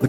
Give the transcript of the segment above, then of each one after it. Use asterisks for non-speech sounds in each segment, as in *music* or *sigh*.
The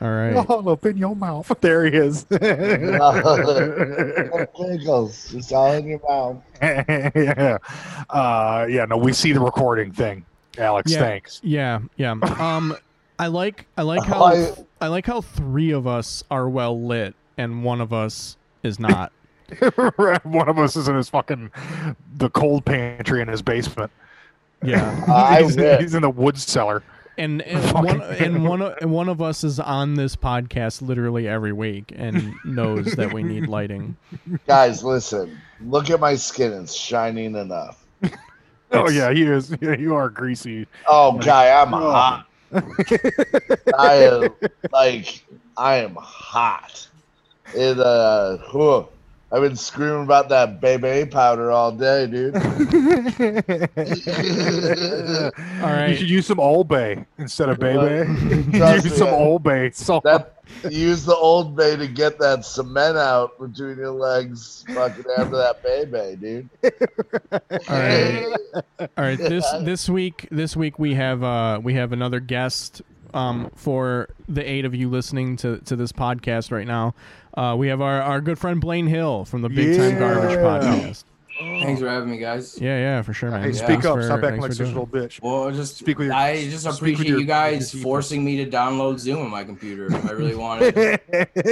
All right. All up Oh, in your mouth. *laughs* There he is. No *laughs* Tingles. It's all in your mouth. yeah. Uh, yeah. No, we see the recording thing. Alex, Yeah. thanks. *laughs* Yeah, yeah. Um, I like I like how I- I like how three of us are well lit and one of us is *laughs* not. One of us is in his fucking the cold pantry in his basement. Yeah, I *laughs* *laughs* he's, wish. he's in the wood cellar. and and Fucking one and one o- and one of us is on this podcast literally every week and knows that we need *laughs* lighting. Guys, listen. Look at my skin. It's shining enough. Oh It's- yeah, he is. *laughs* Yeah, you are greasy. *laughs* Oh, guy, I'm Oh. *laughs* hot. I am like I am hot. It uh, whew. I've been screaming about that baby powder all day, *laughs* dude. You right. should use some Old Bay instead of Bay Bay. *laughs* *laughs* Trust me, use some I- Old Bay. So That use the old bay to get that cement out between your legs, fucking after that baby, dude. All right, all right. This this week this week we have uh we have another guest. Um, for the eight of you listening to, to this podcast right now, uh, we have our, our good friend Blaine Hill from the Big Time Garbage Yeah. Podcast. Thanks for having me, guys. Yeah, yeah, for sure, man. Hey, Yeah. speak Thanks up! for- Stop acting thanks like for such a doing little bitch. Well, just Speak with your- I just speak with appreciate your- you with guys your people. forcing me to download Zoom on my computer. I *laughs* really wanted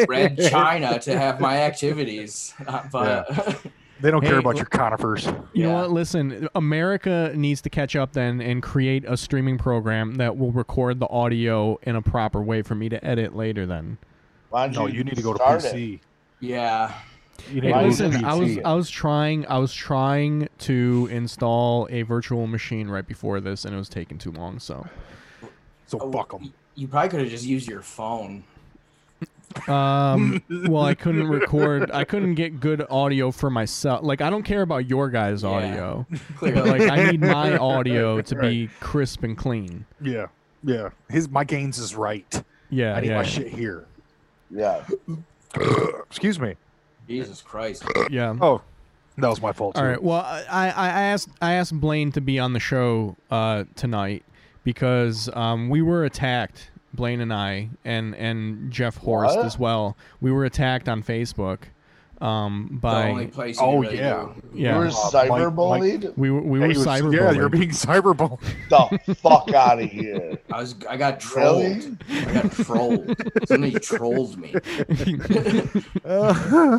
Red China to have my activities, *laughs* Uh, but They don't care Hey, about l- your conifers. it. You know Yeah. what? Listen, America needs to catch up then and create a streaming program that will record the audio in a proper way for me to edit later. Then, Why don't No, you need to go to start it? PC. *laughs* yeah, Hey, You need to go to listen, PC. I was I was trying I was trying to install a virtual machine right before this, and it was taking too long. So, Oh, so fuck them. you probably could have just used your phone. *laughs* um, well, I couldn't record. I couldn't get good audio for myself. Like, I don't care about your guys' Yeah. audio, *laughs* but Clearly, like, I need my audio to be crisp and clean. Yeah, yeah. His my gains is right. Yeah, I need yeah. my shit here. Yeah. Excuse me. Jesus Christ. Yeah. *laughs* Oh, that was my fault. All too. right. Well, I, I I asked I asked Blaine to be on the show uh, tonight because um, we were attacked. Blaine and I and and Jeff Horst What? as well. We were attacked on Facebook um, The by only place. You Oh, really yeah. do. You yeah were cyberbullied? we were we Uh, Yeah, were you was- Yeah, cyberbullied. you're being cyberbullied. the fuck out of here. I was. I got trolled. Really? I got trolled. Somebody trolled me. *laughs* *laughs* he,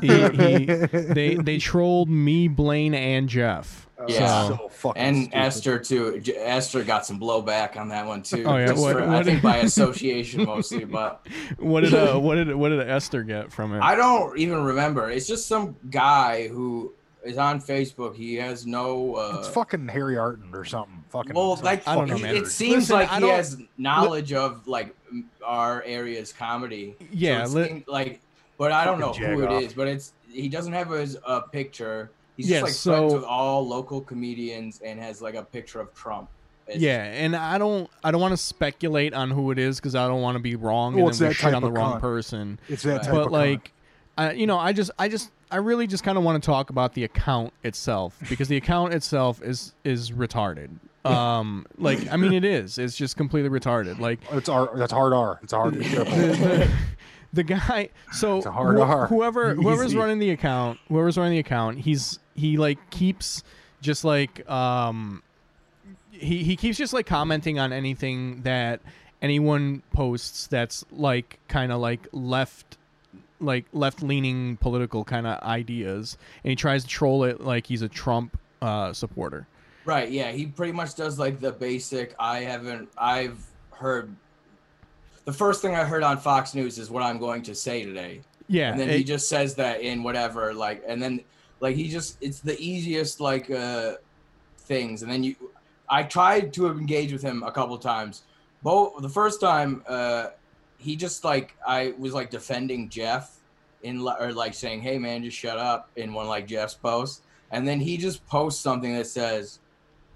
*laughs* they they trolled me, Blaine, and Jeff. Yeah. So- so fucking and stupid. Esther too. J- Esther got some blowback on that one too. Oh, yeah, just what- for- I what- think by association mostly, but What did *laughs* uh, what did what did Esther get from it? I don't even remember. It's just some guy who is on Facebook. He has no. Uh, It's fucking Harry Arton or something. Fucking. well, some like I don't know, he- man. It seems Listen, like I he don't- has knowledge of like m- our area's comedy. So Yeah, it li- seemed like, but I don't know Fucking who it is. jagoff. But it's he doesn't have his uh, picture. He's Yeah, just like so- friends with all local comedians and has like a picture of Trump. It's- Yeah, and I don't I don't want to speculate on who it is because I don't want to be wrong Well, and it's then we that shit type on the of wrong cunt. person. It's that type But of like, I, you know, I just I just I really just kind of want to talk about the account itself because the account itself is is retarded. Um, like I mean, it is. It's just completely retarded. Like cunt. it's R. That's hard R. It's a *laughs* hard. the, triple. the, the guy so It's a hard who- R. *laughs* whoever whoever's Easy. running the account whoever's running the account he's he like keeps just like um he he keeps just like commenting on anything that anyone posts that's like kind of like left like left leaning political kind of ideas, and he tries to troll it like he's a Trump uh, supporter. Right. Yeah. He pretty much does like the basic. I haven't. I've heard. The first thing I heard on Fox News is what I'm going to say today, Yeah, and then it- he just says that in whatever. Like, and then like he just it's the easiest like uh things, and then you. I tried to engage with him a couple times. Both the first time, uh, he just like I was like defending Jeff in li- or like saying, "Hey man, just shut up" in one like Jeff's posts, and then he just posts something that says,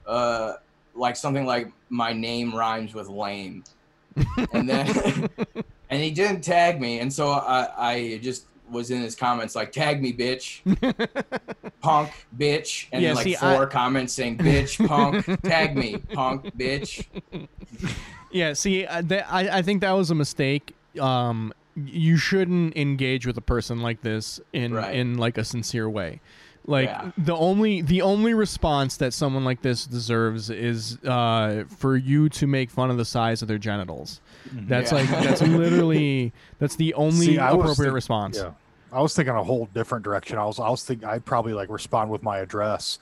uh, like something like "My name rhymes with *laughs* lame," and then and he didn't tag me, and so I I just was in his comments like tag me *laughs* bitch punk bitch and Yeah, then, like see, I- four comments saying bitch *laughs* punk tag me punk bitch Yeah, see, I, that, I, I think that was a mistake. Um, you shouldn't engage with a person like this in Right. in like a sincere way. Like Yeah. the only the only response that someone like this deserves is uh, for you to make fun of the size of their genitals. That's Mm-hmm. Yeah. *laughs* like that's literally that's the only See, I was appropriate think- response. Yeah. I was thinking a whole different direction. I was I was thinking I'd probably like respond with my address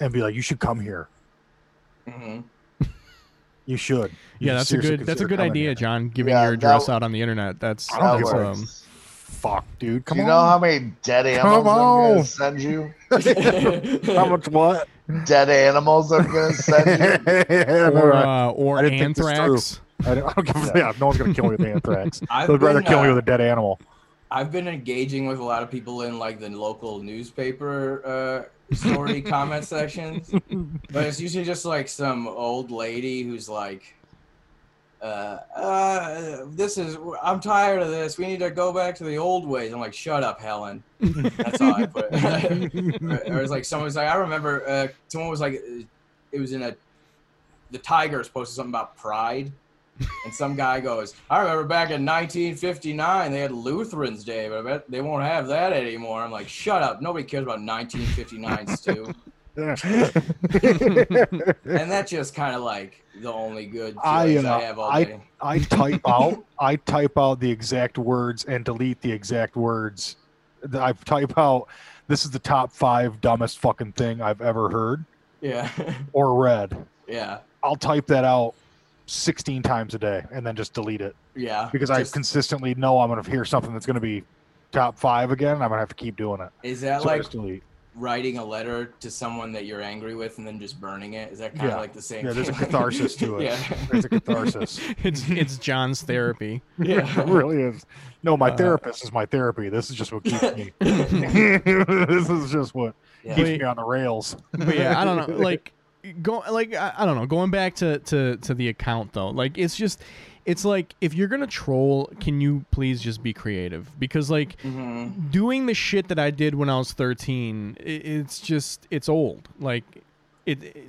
and be like, You should come here. Mhm. *laughs* You should. You Yeah, should that's a seriously good that's a consider good coming idea, here." John. Giving Yeah, your that address w- out on the internet. That's, *laughs* I That don't that's give a- um, works. Fuck, dude. Do Come you on. know how many dead animals Come I'm gonna on. send you? How *laughs* much what? Dead animals I'm gonna send you. or *laughs* Or, uh, or I didn't think this through. anthrax. I don't, I don't give a yeah, no one's gonna kill me with anthrax. I've They'd rather been, kill me uh, with a dead animal. *laughs* I've been engaging with a lot of people in like the local newspaper uh, story comment sections, but it's usually just like some old lady who's like, uh, uh, "This is I'm tired of this. We need to go back to the old ways." I'm like, "Shut up, Helen." That's all I put. *laughs* or, or it's like someone's like, I remember uh, someone was like, uh, it was in a the Tigers posted something about pride. And some guy goes, I remember back in 1959, they had Lutheran's Day, but I bet they won't have that anymore. I'm like, shut up. Nobody cares *laughs* about 1959, Stu. And that's just kind of like the only good I, feelings I, uh, have all I- day. *laughs* I type out I type out the exact words and delete the exact words. Th- I type out this is the top five dumbest fucking thing I've ever heard Yeah. or read. yeah. I'll type that out sixteen times a day and then just delete it. Yeah. Because Just- I consistently know I'm gonna hear something that's gonna be top five again. I'm gonna have to keep doing it. is that So I like just delete. writing a letter to someone that you're angry with and then just burning it? Is that kind of Yeah. like the same Yeah, there's a thing? catharsis *laughs* to it. *laughs* yeah. There's a catharsis. *laughs* It's it's John's therapy. it Yeah. really is. No, my Uh, therapist is my therapy. This is just what keeps *laughs* me. *laughs* this is just what yeah. keeps Wait. me on the rails. *laughs* but yeah, I don't know. Like go like I, I don't know. Going back to to to the account though, like it's just it's like if you're gonna troll, can you please just be creative? Because like Mhm. doing the shit that I did when I was 13, i it's just it's old. Like it. it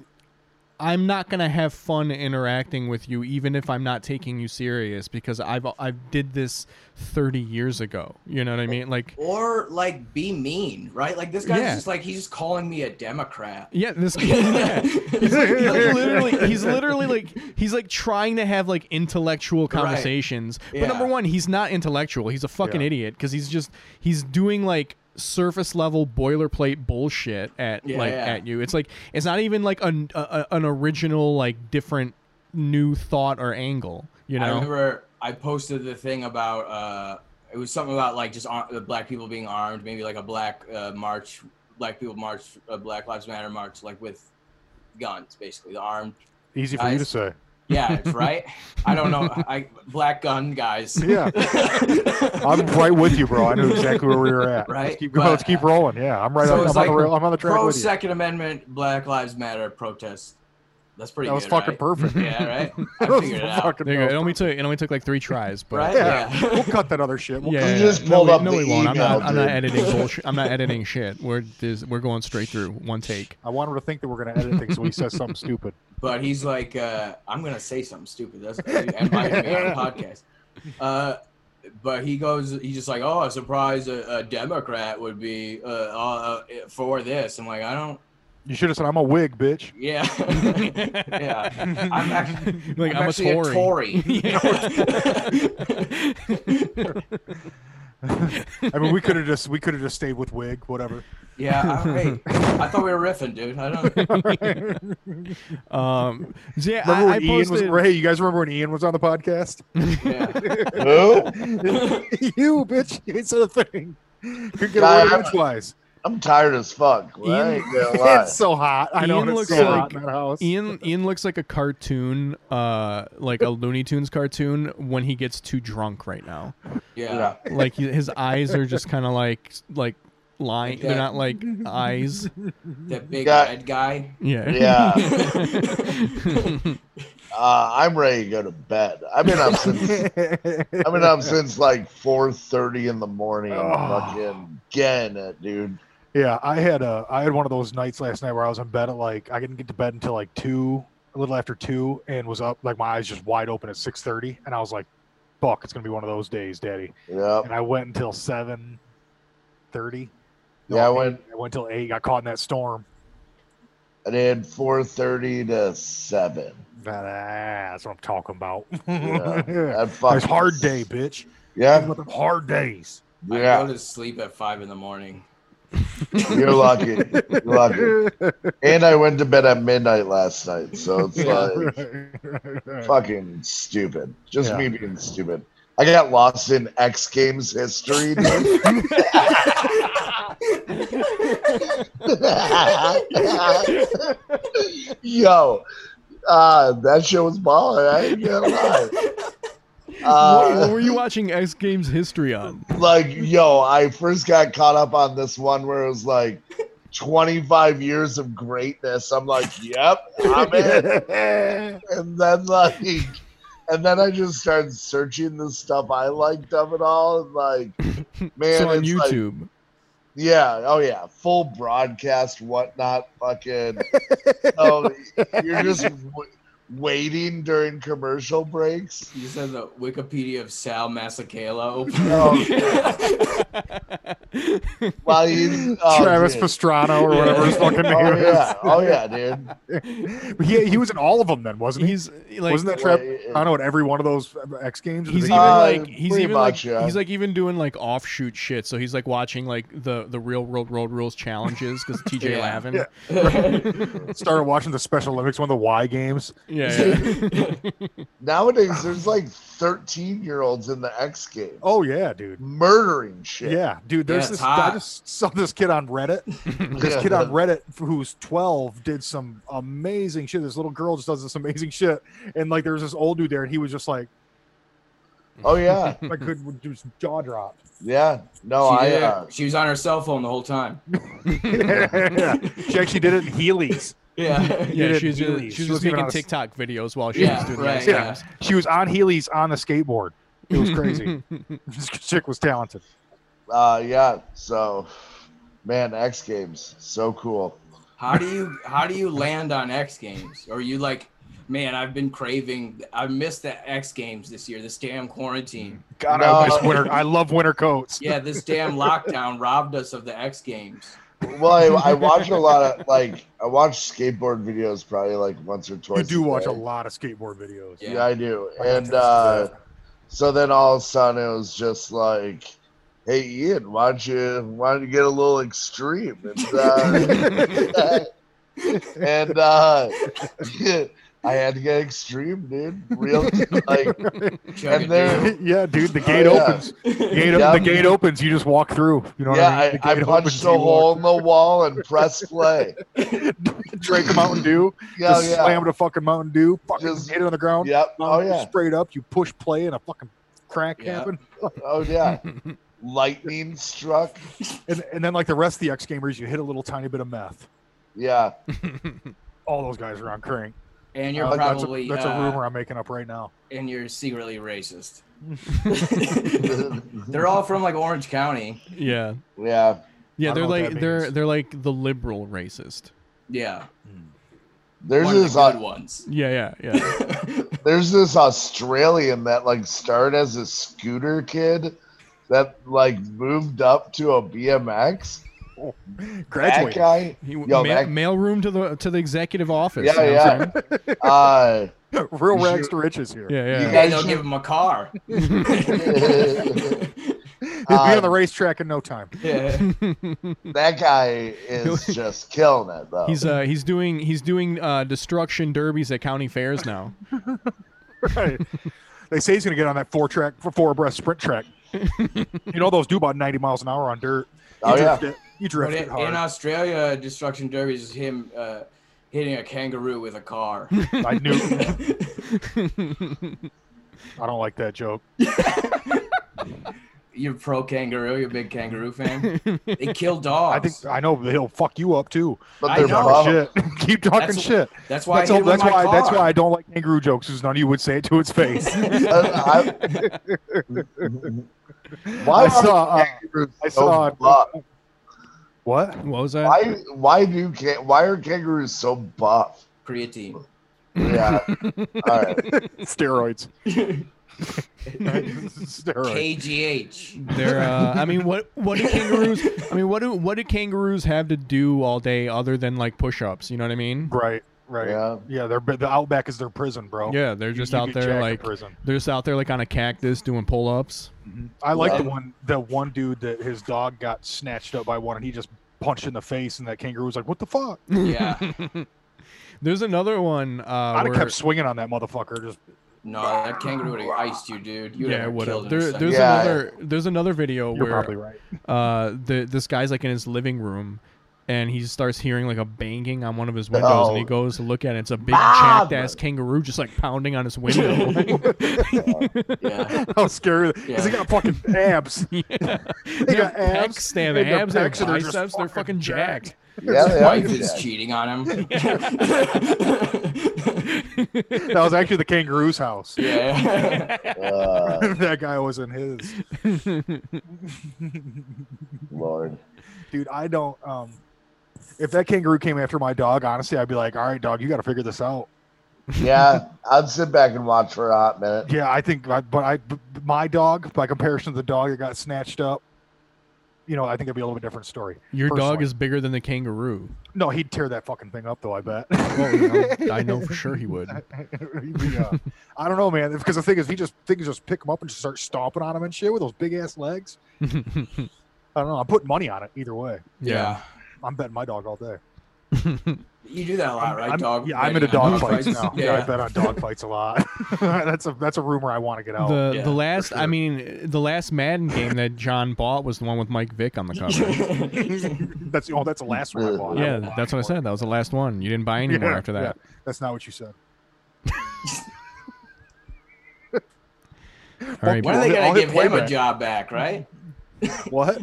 I'm not gonna have fun interacting with you, even if I'm not taking you serious, because I've I've did this 30 years ago. You know what I mean? Like, Or like be mean, right? Like this guy's Yeah. just like he's just calling me a Democrat. yeah, this. *laughs* yeah. He's like, he's like literally, he's literally like he's like trying to have like intellectual conversations. Yeah. But number one, he's not intellectual. He's a fucking Yeah. idiot because he's just he's doing like surface level boilerplate bullshit at Yeah, like yeah. at you. It's like it's not even like an a, a- an original like different new thought or angle. You I know? remember I posted the thing about uh, it was something about like just ar- the black people being armed, maybe like a black uh, march, black people march, uh, Black Lives Matter march, like with guns, basically *laughs* the armed. Easy for you to Guys. say. Yeah, it's right. I don't know. I black gun *laughs* guys. *laughs* Yeah, I'm right with you, bro. I knew exactly where we were at. Right, Let's keep going. Let's but- keep rolling. Yeah, I'm right. So on, I'm, it's on like the rail, I'm on the track Pro with you. Second Amendment Black Lives Matter protest. That's pretty. That was good, fucking right? perfect. *laughs* Yeah, right. That I was figured it out. fucking There you go. It perfect. only took it only took like three tries, but Right? Yeah, Yeah. *laughs* we'll cut that other shit. We'll Yeah, cut- yeah, You just yeah. pulled no, we- up no, the we won't. I'm not, email, I'm not dude. editing bullshit. I'm not editing shit. We're this, we're going straight through one take. I want him to think that we're gonna edit things when he says something stupid. But he's like, uh, I'm gonna say something stupid. That's and might be on a podcast. Uh, but he goes, he's just like, oh, I'm surprised a, a Democrat would be uh, uh, for this. I'm like, I don't. You should have said, "I'm a wig, bitch." Yeah, *laughs* yeah. I'm actually, *laughs* Like, *laughs* I'm I'm a actually a Tory. Tory. Yeah. I mean, we could have just we could have just stayed with wig, *laughs* whatever. Yeah, I, hey, I thought we were riffing, dude. I don't. *laughs* um, so yeah, Remember I, I when Ian was? posted- Hey, you guys remember when Ian was on *laughs* the podcast? Yeah. Who? you bitch, you ain't said a thing. Could get Nah, away I'm- with twice. I'm tired as fuck. Well, I Ian- ain't gonna lie. *laughs* It's so hot. I know Ian and looks it's so like- hot in that house. *laughs* Ian *laughs* Ian looks like a cartoon, uh, like a Looney Tunes cartoon when he gets too drunk right now. Yeah. Like he, his eyes are just kind of like like lying. They're Yeah. not like *laughs* eyes. That big Yeah. red guy. Yeah. Yeah, *laughs* *laughs* Yeah. uh, I'm ready to go to bed. I've been up since I've been up since like 4:30 in the morning. Oh. Fucking getting it, dude. Yeah, I had a I had one of those nights last night where I was in bed at like I didn't get to bed until like two, a little after two, and was up like my eyes just wide open at six thirty, and I was like, "Fuck, it's gonna be one of those days, Daddy." Yep. And I went until seven thirty. Yeah, I went. I went till eight. Got caught in that storm. I did 4:30 to seven. That- That's what I'm talking about. Yeah. *laughs* Yeah. That fucking It's hard day, bitch. Talking Yeah, about them hard days. I yeah. go to sleep at five in the morning. You're lucky. You're lucky. *laughs* And I went to bed at midnight last night, so it's Yeah. like. *laughs* fucking stupid. Just Yeah. me being stupid. I got lost in X Games history. dude. Yo, uh, that show was balling. I ain't gonna lie. what, what Uh, were you watching X Games history on? like, yo, I first got caught up on this one where it was like 25 years of greatness. I'm like, yep, *laughs* I'm in. and then like and then I just started searching the stuff I liked of it all and *laughs* like man it's on it's like- YouTube. yeah, oh yeah, full broadcast whatnot fucking *laughs* so you're just w- waiting during commercial breaks. You said the Wikipedia of Sal Masakela open. *laughs* Oh, while he's oh, Travis dude. Pastrano or Yeah. whatever his fucking name Oh is. yeah, oh yeah, dude. he, he was in all of them then, wasn't he? he's like wasn't that Well, Travis yeah. Pastrano at every one of those X Games? he's even Uh, Uh, like he's pretty even much, like yeah. he's like even doing like offshoot shit. So he's like watching like the the real world road rules challenges because TJ Yeah. Lavin. Yeah. *laughs* started watching the Special Olympics, one of the Y games. *laughs* Yeah, Nowadays *sighs* there's like 13 year olds in the X game Oh yeah, dude. murdering shit. Yeah, dude. Yeah, There's it's this. hot. I just saw this kid on Reddit. This Yeah. *laughs* kid on Reddit who's 12 did some amazing shit. This little girl just does this amazing shit, and like there was this old dude there, and he was just like, Oh yeah. I could *laughs* just jaw drop. Yeah. No, she, I did it. uh, she was on her cell phone the whole time. She actually did it in Heelys. *laughs* Yeah. yeah. did She's Heelys. just, she's She just wasn't even making on a- TikTok videos while she was Yeah, doing the right. X Yeah. Games. She was on Heelys on the skateboard. It was crazy. *laughs* this chick was talented. uh yeah. So man, X Games. So cool. How do you how do you land on X Games? Are you like, man, I've been craving. I missed the X Games this year. This damn quarantine. God, No. I miss winter. I love winter coats. Yeah, this damn lockdown robbed us of the X Games. Well, I, I watch a lot *laughs* of like I watch skateboard videos probably like once or You twice. do watch day. a lot of skateboard videos. Yeah. Yeah. I do. I can And attest to uh that. so then all of a sudden it was just like Hey Ian, why don't you why don't you get a little extreme? And uh, *laughs* and uh *laughs* I had to get extreme, dude. *laughs* Real like Chugga And there- dude. *laughs* yeah, dude, the gate Oh, yeah. opens. Gate, Yeah. The gate opens. You just walk through. You know yeah, what I mean? I, I gate punched you a hole walk- in the wall and press *laughs* play. Drink a Mountain Dew. *laughs* Yeah, just yeah. slammed a fucking Mountain Dew. Fucking Just- hit it on the ground. Yep. Oh Mountain Dew yeah. Sprayed up. You push play and a fucking crack Yeah. happened. Oh yeah. *laughs* Lightning struck. And, and then like the rest of the X gamers, you hit a little tiny bit of meth. Yeah. *laughs* All those guys are on crank. And you're Like, that's a- probably that's a, uh, rumor I'm making up right now. and you're secretly racist. yeah. They're all from like Orange County. yeah. Yeah, I don't they're know what like that they're means. they're like the liberal racist. Yeah, There's one of the this good uh, ones. Yeah, yeah, yeah. there's this Australian that like started as a scooter kid that like moved up to a BMX. That Graduate. guy. He, Yo, ma- that- mailroom to the to the executive office. Yeah, you know what I'm saying? *laughs* Uh *laughs* Real You rags should- to riches here. *laughs* yeah, yeah. You Hey, guys they'll should- give him a car. *laughs* He'll be on the racetrack in no time. Yeah. That guy *laughs* is just killing it though. he's uh he's doing he's doing uh destruction derbies at county fairs now. Right. *laughs* they say he's going to get on that four track, four abreast sprint track. you know those do about ninety miles an hour on dirt. You oh yeah. drift it- you But drift it in, in hard. Australia, destruction derby is him uh, hitting a kangaroo with *laughs* a car. *laughs* I knew. I don't like that joke. you're pro kangaroo. You're a big kangaroo fan. *laughs* they kill dogs. I think I know but he'll fuck you up too. But I they're Keep bum. *laughs* talking know. shit. *laughs* Keep talking That's- shit. that's why. That's, I all, hit him with that's my why. That's car. why I don't like kangaroo jokes. Because none of you would say it to its *laughs* face. *laughs* Uh, I- Why I saw, uh, kangaroos I so saw it. buff? what? What was that? Why? Why do can? Why are kangaroos so *laughs* buff? creatine. Yeah. All right. *laughs* Steroids. *laughs* Steroids. *laughs* KGH. They're, uh, I mean, what what do kangaroos? I mean, what do what do kangaroos have to do all day other than like push-ups? You know what I mean? Right. Right. Yeah. Yeah. They're the outback is their prison, bro. Yeah, they're You- just you out get there jacked in like prison. they're just out there like on a cactus doing pull-ups. I like the Love. one the one dude that his dog got snatched up by one and he just punched in the face and that kangaroo was like, "What the fuck?" Uh, Yeah. There's another one. Uh, I'd have where, kept swinging on that motherfucker. Just No, that kangaroo would have iced you, dude. You would yeah, have what killed in a there, second. there's Yeah. another there's another video you're where probably right. *laughs* uh the this guy's like in his living room and he starts hearing like a banging on one of his windows and he Oh. goes to look at it. It's a big Bob! chapped ass kangaroo just like pounding on his window. *laughs* Yeah. How scary! Because Yeah. he got fucking abs. Yeah. They Their got abs, pecs, they have they got abs, they have pecs, and they're biceps, just they're fucking fucking jacked. Yeah. *laughs* His they are wife is jacked. cheating on him. *laughs* That was actually the kangaroo's house. *laughs* *laughs* yeah. Uh, *laughs* that guy was in his. Lord. Dude, I don't. Um, if that kangaroo came after my dog, honestly, I'd be like, "All right, dog, you got to figure this out." Yeah. I'd sit back and watch for a hot minute. Yeah, I think, I, but I, b- my dog, by comparison to the dog that got snatched up, you know, I think it'd be a little bit different story. Your dog Personally. is bigger than the kangaroo. No, he'd tear that fucking thing up, though. I bet. Well, you *laughs* know, Oh, I know for sure he would. *laughs* He'd be, uh, I don't know, man. Because the thing is, if he just things just pick him up and just start stomping on him and shit with those big ass legs. I don't know. I'm putting money on it either way. Yeah. I'm betting my dog all day. You do that a lot, right, I'm, dog? yeah, I'm into betting on dog *laughs* fights now. Yeah. I Yeah. bet on dog fights a lot. *laughs* that's a that's a rumor I want to get out. the yeah, the last I sure. mean the last Madden game that John bought was the one with Mike Vick on the *laughs* cover. *laughs* *laughs* that's oh, that's the last one I bought. I yeah, won't buy that's what I anymore. said. That was the last one. You didn't buy any more Yeah, after yeah. that. That's not what you said. *laughs* All right. when are they I'll gonna hit give him a playback. job back, right? *laughs* What?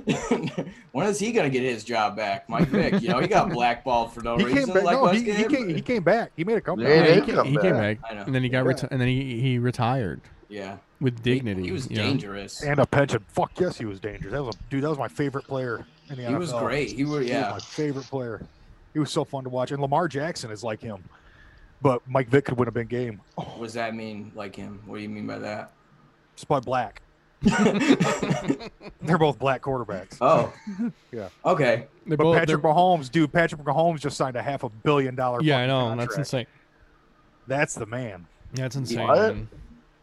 when is he gonna get his job back, Mike Vick? You know, he got blackballed for no he reason. came back. like no, us he, he did. came. He came back. He made a comeback. Yeah, Yeah, he, did ca- come he came back. back, I know. and then he got Yeah. reti- and then he, he retired yeah, with He- dignity. He, was you know? dangerous. and a pension. Fuck yes, he was dangerous. That was a, dude. That was my favorite player in the NFL. He was great. He was He was yeah. my favorite player. He was so fun to watch, and Lamar Jackson is like him. But Mike Vick could win a big game. What does that mean? Like him? What do you mean by that? Spud Black. *laughs* They're both black quarterbacks. Oh, Yeah. Okay. They're But both- Patrick they're- Mahomes, dude, Patrick Mahomes just signed a half a billion dollar. yeah, I fucking know. contract. That's insane. That's the man. That's insane. What? man.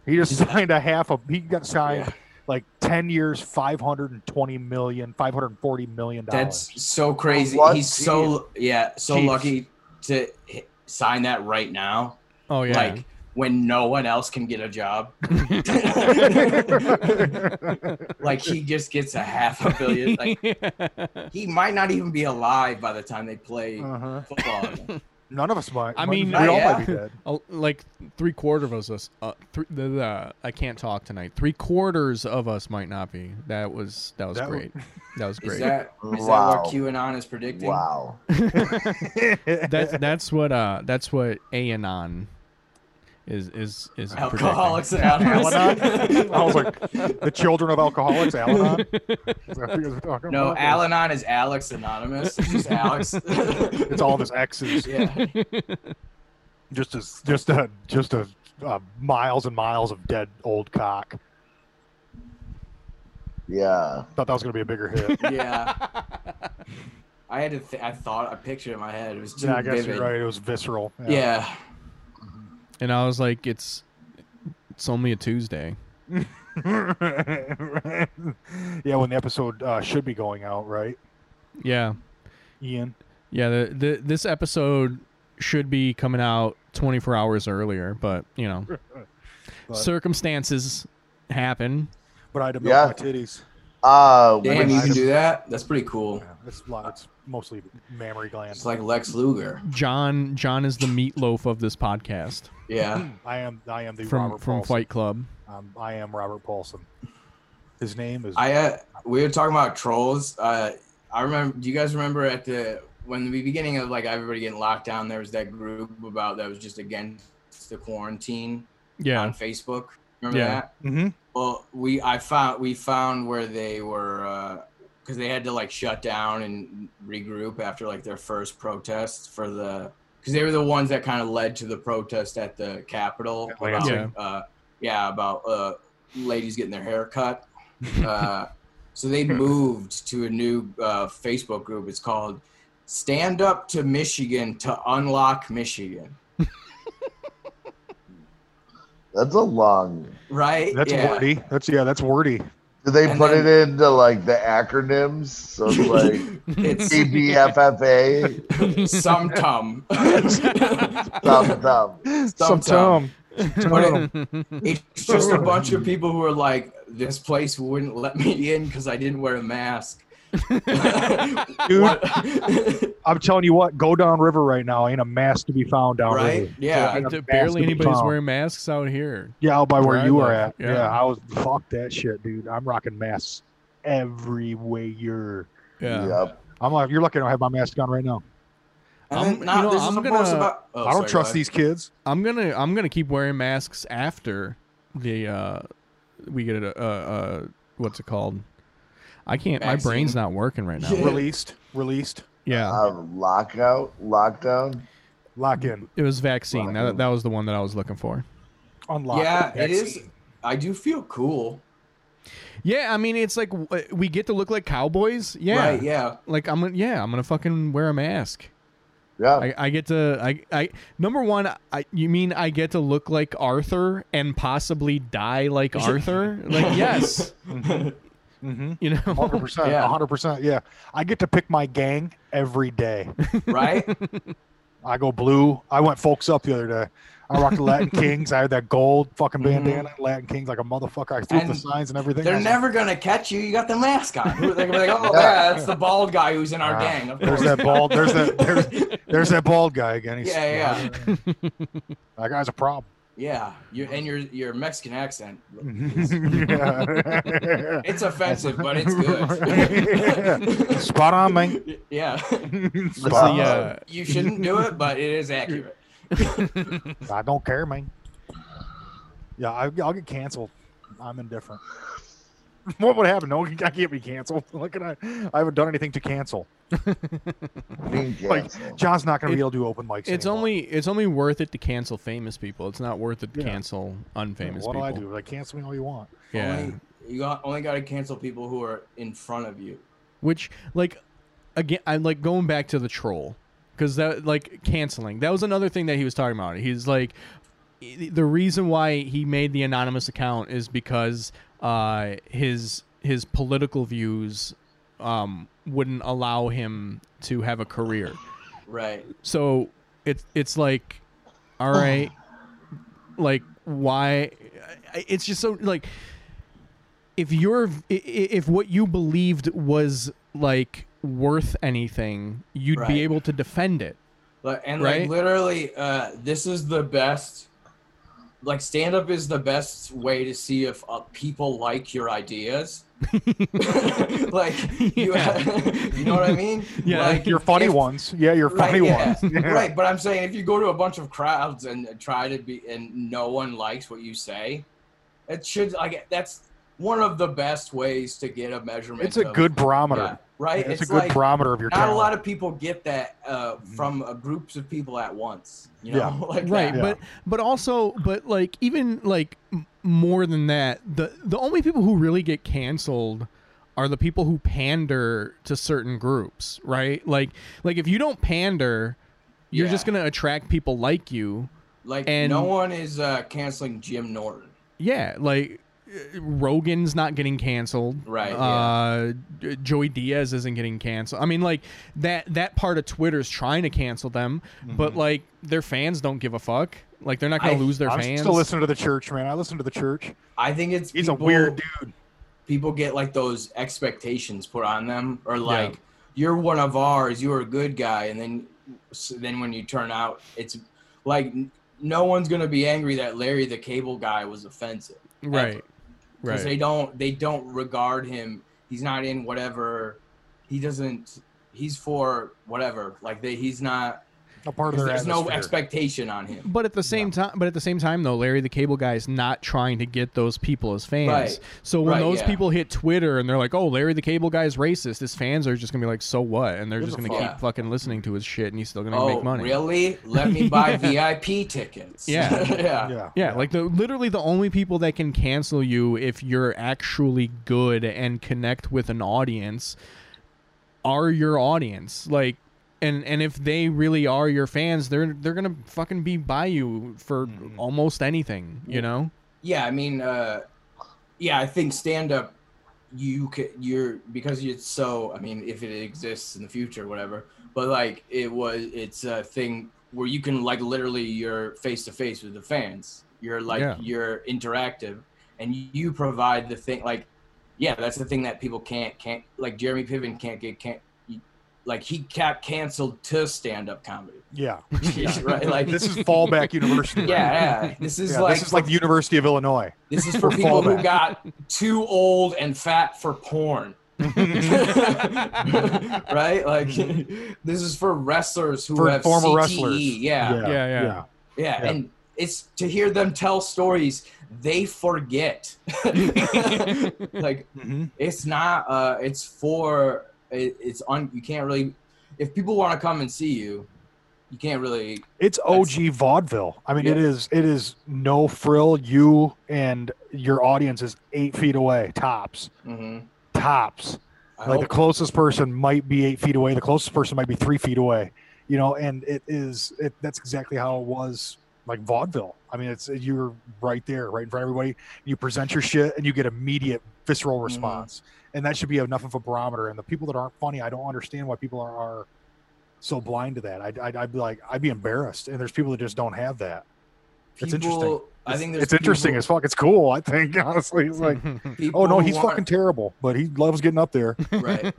He just signed a half a. He got signed Yeah. like ten years, five hundred and twenty million, five hundred and forty million *laughs* dollars. That's *laughs* so crazy. What He's so yeah, so Chiefs. lucky to hi- sign that right now. Oh yeah. Like when no one else can get a job. *laughs* like he just gets a half a *laughs* billion. Like he might not even be alive by the time they play Uh-huh. football. again. None of us might. I might- mean, we all yeah. might be dead. A- Oh, like three quarters of us, uh, three, the, the, I can't talk tonight. Three quarters of us might not be. That was that was That w- great. *laughs* That was Is great. that is Wow. that what QAnon is predicting? Wow. *laughs* that's that's what uh that's what Anon is is is predicting. Alcoholics *laughs* Anonymous. Al-Anon? I was like, the children of alcoholics, Al-Anon. Is that what you guys were talking *laughs* No, about? Al Anon is Alex Anonymous. It's just Alex. *laughs* It's all of his exes. *laughs* yeah. Just as just a just a uh, miles and miles of dead old cock. Yeah. Thought that was gonna be a bigger *laughs* hit. Yeah. *laughs* I had to. Th- I thought I pictured it in my head. It was too yeah, I guess vivid. you're right. It was visceral. Yeah. And I was like, it's it's only a Tuesday. *laughs* yeah, when the episode uh, should be going out, right, Yeah. Ian? Yeah, the, the this episode should be coming out 24 hours earlier, but you know, But, circumstances happen. but I had to milk Yeah. my titties. Uh, Damn, you we- can do that? That's pretty cool. Yeah, it's, lo- it's mostly mammary glands. It's like Lex Luger. John John is the meatloaf of this podcast Yeah. I am I am the from Robert from Paulson. Fight Club. Um, I am Robert Paulson. His name is I uh, we were talking about trolls. Uh, I remember. Do you guys remember at the when the beginning of like everybody getting locked down? There was that group about that was just against the quarantine Yeah. on Facebook. Remember Yeah. that? Mhm. Well, we I found we found where they were because they had to like shut down and regroup after like their first protest for the because they were the ones that kind of led to the protest at the Capitol. At about, Lansing. Uh, yeah, about uh, ladies getting their hair cut. Uh, so they moved to a new uh, Facebook group. It's called "Stand Up to Michigan to Unlock Michigan." that's a long. Right? that's Yeah. *laughs* wordy. That's yeah, that's wordy. Do they And put then- it into like the acronyms? *laughs* So it's like It's CBFFA, some tum. Um, thumb thumb. Some Sometime. *laughs* *laughs* Tom. it's just a bunch of people who are like, this place wouldn't let me in because I didn't wear a mask. What- I'm telling you what, go down river right now. Ain't a mask to be found down *laughs* right? river. Yeah. Ain't a mask to Barely be anybody's found. wearing masks out here. Yeah, out by where where I you are live, at. yeah. Yeah. I was fuck that shit, dude. I'm rocking masks everywhere. Yeah. Yep. I'm like, you're lucky I don't have my mask on right now. And I'm- then, nah, you know, this is I'm a post gonna- about. oh, I don't sorry, trust go these kids. I'm gonna I'm gonna keep wearing masks after the uh we get a uh, uh what's it called? I can't. My Vaccine. brain's not working right now. Yeah. Released, released, Yeah, Uh, lockout, lockdown. lock in, it was vaccine. That, that was the one that I was looking for. unlock. ahead. Yeah, it That's- is. *laughs* I do feel cool. Yeah, I mean it's like w- we get to look like cowboys. Yeah, Right? Yeah. like I'm gonna yeah I'm gonna fucking wear a mask. Yeah. I, I get to I I number one I you mean I get to look like Arthur and possibly die like Arthur? *laughs* Like yes, Mhm. you *laughs* know. 100%. Yeah. 100%. Yeah. I get to pick my gang every day. Right? I go blue. I went folks up the other day. I rocked the *laughs* Latin Kings. I had that gold fucking Mhm. bandana, Latin Kings, like a motherfucker. I threw up the And signs and everything. I They're was like, never going to catch you. You got the mask on. They're gonna be like, oh, Yeah. yeah, that's the bald guy who's in our Ah, gang. Of There's course. that bald. There's that. *laughs* There's, there's that bald guy again. He's, Yeah, yeah. That guy's a problem. *laughs* Yeah, your and your your Mexican accent. *laughs* *laughs* Yeah. It's offensive, *laughs* but it's good. Spot on, man. *laughs* *laughs* yeah, Um, That's the, uh, you shouldn't do it, but it is accurate. I don't care, man. Yeah, I, I'll get canceled. I'm indifferent. *laughs* What would happen? No, I can't be canceled. *laughs* Look at I. I haven't done anything to cancel. Being Like canceled. John's not going to It- be able to do open mics. It's anymore. only it's only worth it to cancel famous people. It's not worth it to Yeah. cancel unfamous What do people. I do? Like cancel me all you want. *laughs* Yeah. Only, you got, only got to cancel people who are in front of you. Which like again I'm like going back to the troll cuz that like canceling. That was another thing that he was talking about. He's like i- the reason why he made the anonymous account is because uh his his political views um wouldn't allow him to have a career. Right. So it's it's like, all right, like why? I- It's just so like if you're i- i- if what you believed was like worth anything, you'd Right. be able to defend it. Like, and Right? like literally, uh, this is the best. Like stand up is the best way to see if uh, people like your ideas. *laughs* *laughs* like you, *laughs* you know what I mean? Yeah. *laughs* Like Your funny if- ones. Yeah, your funny yeah. ones. *laughs* Yeah. Right, but I'm saying if you go to a bunch of crowds and try to be and no one likes what you say, it should like that's one of the best ways to get a measurement. It's a of- good barometer. yeah, right. it's, a good Mm-hmm. like, barometer of your Not a talent. lot of people get that uh, from uh, groups of people at once. You know, *laughs* like right that. but but also but like even like m- more than that the the only people who really get canceled are the people who pander to certain groups right like like if you don't pander you're Yeah. just going to attract people like you Like and- no one is uh, canceling Jim Norton. yeah like uh, Rogan's not getting canceled. Right, Uh, Joey Diaz isn't getting canceled. I mean, like that that part of Twitter's trying to cancel them, but like their fans don't give a fuck. Like they're not gonna Mm-hmm. I- lose their I'm fans. still listening to the church, man. I listen to the church. I think it's He's a people- weird dude. people get like those expectations put on them or like you're one of ours you're a good guy and then so then when you turn out it's like n- no one's going to be angry that larry the cable guy was offensive right, because right. they don't they don't regard him he's not in whatever he doesn't he's for whatever like they he's not A part of their there's no atmosphere. expectation on him But at the same time, but at the same time though, Larry the Cable Guy is not trying to get those people as fans. Right. So when Right, those yeah. people hit Twitter and they're like, "Oh, Larry the Cable Guy is racist," his fans are just gonna be like, "So what?" And they're Who just the gonna fuck? keep Yeah. fucking listening to his shit, and he's still gonna oh make money. really let me *laughs* buy vip tickets Yeah. *laughs* yeah Yeah. Yeah, like the literally the only people that can cancel you if you're actually good and connect with an audience are your audience. Like and and if they really are your fans, they're they're going to fucking be by you for almost anything, you know? yeah i mean uh yeah i think stand up you could you're because it's so i mean if it exists in the future whatever but like it was it's a thing where you can like literally you're face to face with the fans you're like Yeah. you're interactive and you provide the thing like yeah that's the thing that people can't can't like jeremy piven can't get can't like he got canceled to stand-up comedy *laughs* Yeah. right like This is fallback university. right? *laughs* yeah, *laughs* yeah this is Yeah, like this is like the University of Illinois. this *laughs* is Or for people who fallback. got too old and fat for porn. *laughs* *laughs* right? Like this is for wrestlers who For have former CTE. wrestlers. Yeah. Yeah, yeah. yeah. And it's to hear them tell stories they forget. *laughs* like Mhm. it's not uh it's for it, it's on you can't really if people want to come and see you, you can't really It's OG vaudeville. I mean, it Yeah. is it is no frill. You and your audience is eight feet away, tops, mhm. tops. I like hope the closest person might be eight feet away. The closest person might be three feet away. You know, and it is it, that's exactly how it was like vaudeville. I mean, it's you're right there, right in front of everybody. You present your shit, and you get immediate visceral Mm-hmm. response, and that should be enough of a barometer. And the people that aren't funny, I don't understand why people are, are so blind to that. I'd, I'd, I'd be like, I'd be embarrassed. And there's people that just don't have that. It's interesting. people- I think there's it's interesting people- as Hmm. fuck. It's cool. I think *laughs* honestly, it's like, people oh no, who he's aren't- fucking terrible, but he loves getting up there. right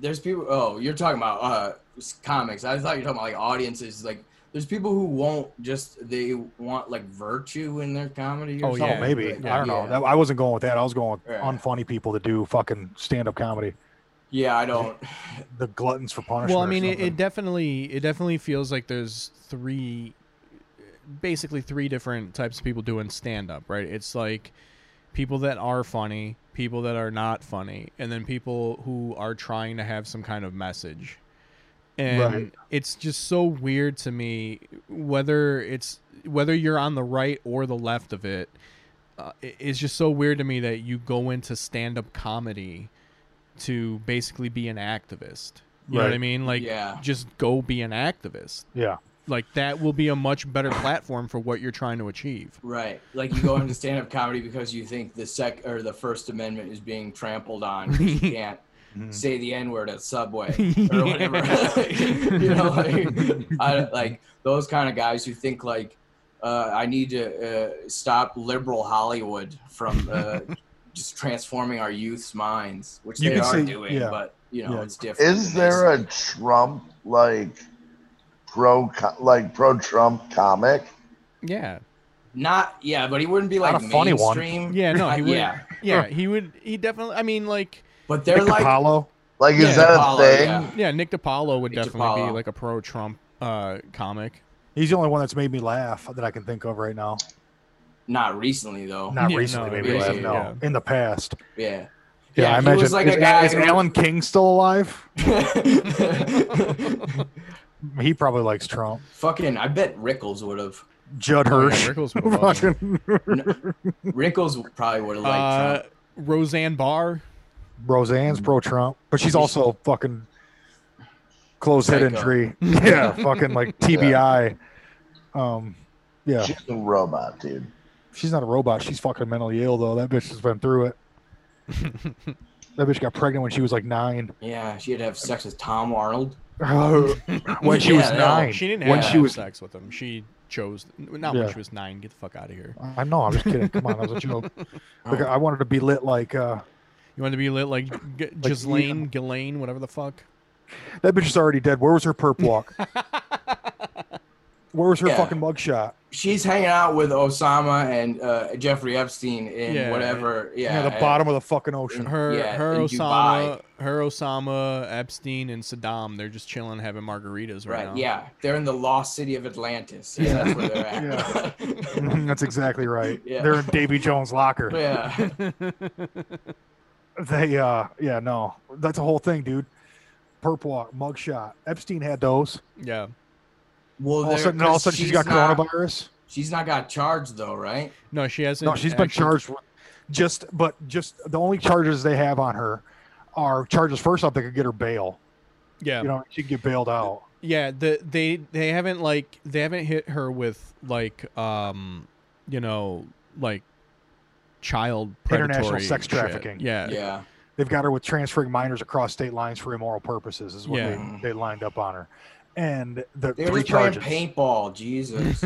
there's people oh you're talking about uh s- comics i thought you were talking about like audiences like there's people who won't just they want like virtue in their comedy Oh, or something. yeah. Oh, maybe. Like, I don't know. yeah. That, I wasn't going with that. I was going with Yeah. unfunny people that do fucking stand up comedy. yeah i *laughs* don't The gluttons for punishment. Well, I or mean, it, it something. definitely it definitely feels like there's three, basically three different types of people doing stand up, right? It's like people that are funny, people that are not funny, and then people who are trying to have some kind of message. And Right. it's just so weird to me whether it's whether you're on the right or the left of it. Uh, it- it's just so weird to me that you go into stand up comedy to basically be an activist. You know what I Right. mean? Like, Yeah. just go be an activist. yeah. Like that will be a much better platform for what you're trying to achieve. right like you go into stand-up comedy because you think the sec or the first amendment is being trampled on 'cause *laughs* you can't Mm. say the n-word at subway or whatever *laughs* *laughs* you know like, I, like those kind of guys who think like uh, i need to uh, stop liberal hollywood from *laughs* uh, just transforming our youth's minds which You they could are say- doing yeah. but you know Yeah. it's different Is there a Trump like pro co- like pro Trump comic? Yeah. not yeah but he wouldn't be Not like a funny one. mainstream Yeah. No. He Uh, would. yeah. Yeah. He would. He definitely. I mean, like. but they're Nick like Apollo. Like, is Yeah, that a Apollo, thing? yeah. Yeah. Nick DiPaolo would Nick definitely be DiPaolo. like a pro-Trump uh, comic. He's the only one that's made me laugh that I can think of right now. not recently though Not Oh, Yeah, recently no, made me yeah, laugh. yeah, no, yeah. in the past. yeah Yeah, I he imagine. was like is, a guy is who- Alan *laughs* King still alive? He probably likes Trump. *laughs* Fucking, I bet Rickles would have. Judd Oh, yeah, Hirsch. Rickles *laughs* would've loved *laughs* him. *laughs* fucking Rickles probably would have liked Uh, Trump. Roseanne Barr. Roseanne's Mm. pro Trump, but she's also fucking closed head Psycho. injury. *laughs* Yeah, fucking like TBI. Um, yeah. She's a robot, dude. She's not a robot. She's fucking mentally ill though. That bitch has been through it. that bitch got pregnant when she was like *laughs* nine. Yeah, she had to have sex with Tom Arnold. when she was Yeah, no, nine. She didn't have when to she have was. sex with him. She chose not Yeah. when she was nine. Get the fuck out of here. I know. I'm just kidding. Come on, that *laughs* was a joke. Oh. Look, I wanted to be lit like uh, You want to be lit *coughs* like G- Ghislaine, Ghislaine, whatever the fuck. that bitch is already dead. Where was her perp *laughs* walk? Where was her Yeah. fucking mugshot? She's hanging out with Osama and uh, Jeffrey Epstein in Yeah. whatever. Yeah, Yeah, the and- bottom of the fucking *laughs* ocean. *laughs* Her, Yeah, her in Osama, her Osama, Epstein, and Saddam. They're just chilling, having margaritas right, Right. now. Yeah, they're in the lost city of Atlantis. Yeah, that's where they're at. *laughs* That's exactly right. Yeah. They're in Davy Jones' locker. yeah. They, uh, yeah, no, that's a whole thing, dude. Perp walk, mugshot. Epstein had those. yeah. Well, all of a they're- sudden, all of a 'cause sudden, she's got not- coronavirus. She's not got charged though, right? No, she hasn't. No, she's been actually- charged with just, but just the only charges they have on her are charges. First off, they could get her bail. Yeah, You know, she could get bailed out. yeah. The they they haven't like they haven't hit her with like um you know like child International predatory sex shit. trafficking. Yeah, Yeah. They've got her with transferring minors across state lines for immoral purposes. Is what Yeah. they, they lined up on her, and the They three were just playing charges. paintball. Jesus,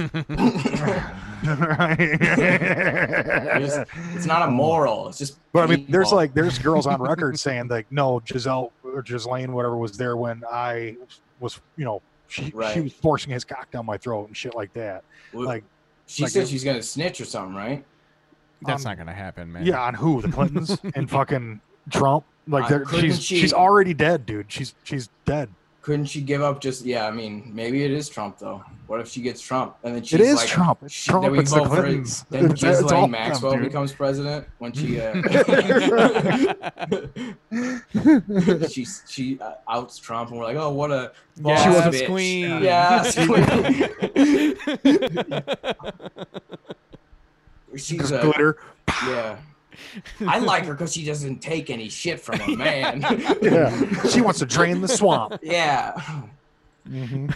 *laughs* Right. it's not immoral. It's just. *laughs* But I mean, there's paintball. like there's girls on record saying like, no, Giselle or Ghislaine, whatever, was there when I was, you know, she she Right. was forcing his cock down my throat and shit like that. Well, like- she like said it- she's gonna snitch or something, right? *laughs* that's Um, not gonna happen, man. Yeah, on who the *laughs* Clintons and fucking Trump. Like Uh, they're, couldn't she's she- she's already dead, dude. She's she's dead. Couldn't she give up? Just yeah. I mean, maybe it is Trump though. What if she gets Trump and then she's it is like, Trump. It's She, Trump. then we It's the vote for Clintons. *laughs* Then It's- it's all Ghislaine them, Maxwell dude. becomes president when *laughs* she uh, she she uh, outs Trump, and we're like, oh, what a Yes, boss She was a bitch. queen. *laughs* Yeah, queen. she's There's a glitter. uh, yeah. I like her because she doesn't take any shit from a man. *laughs* Yeah, she wants to drain the swamp. yeah. Mm-hmm.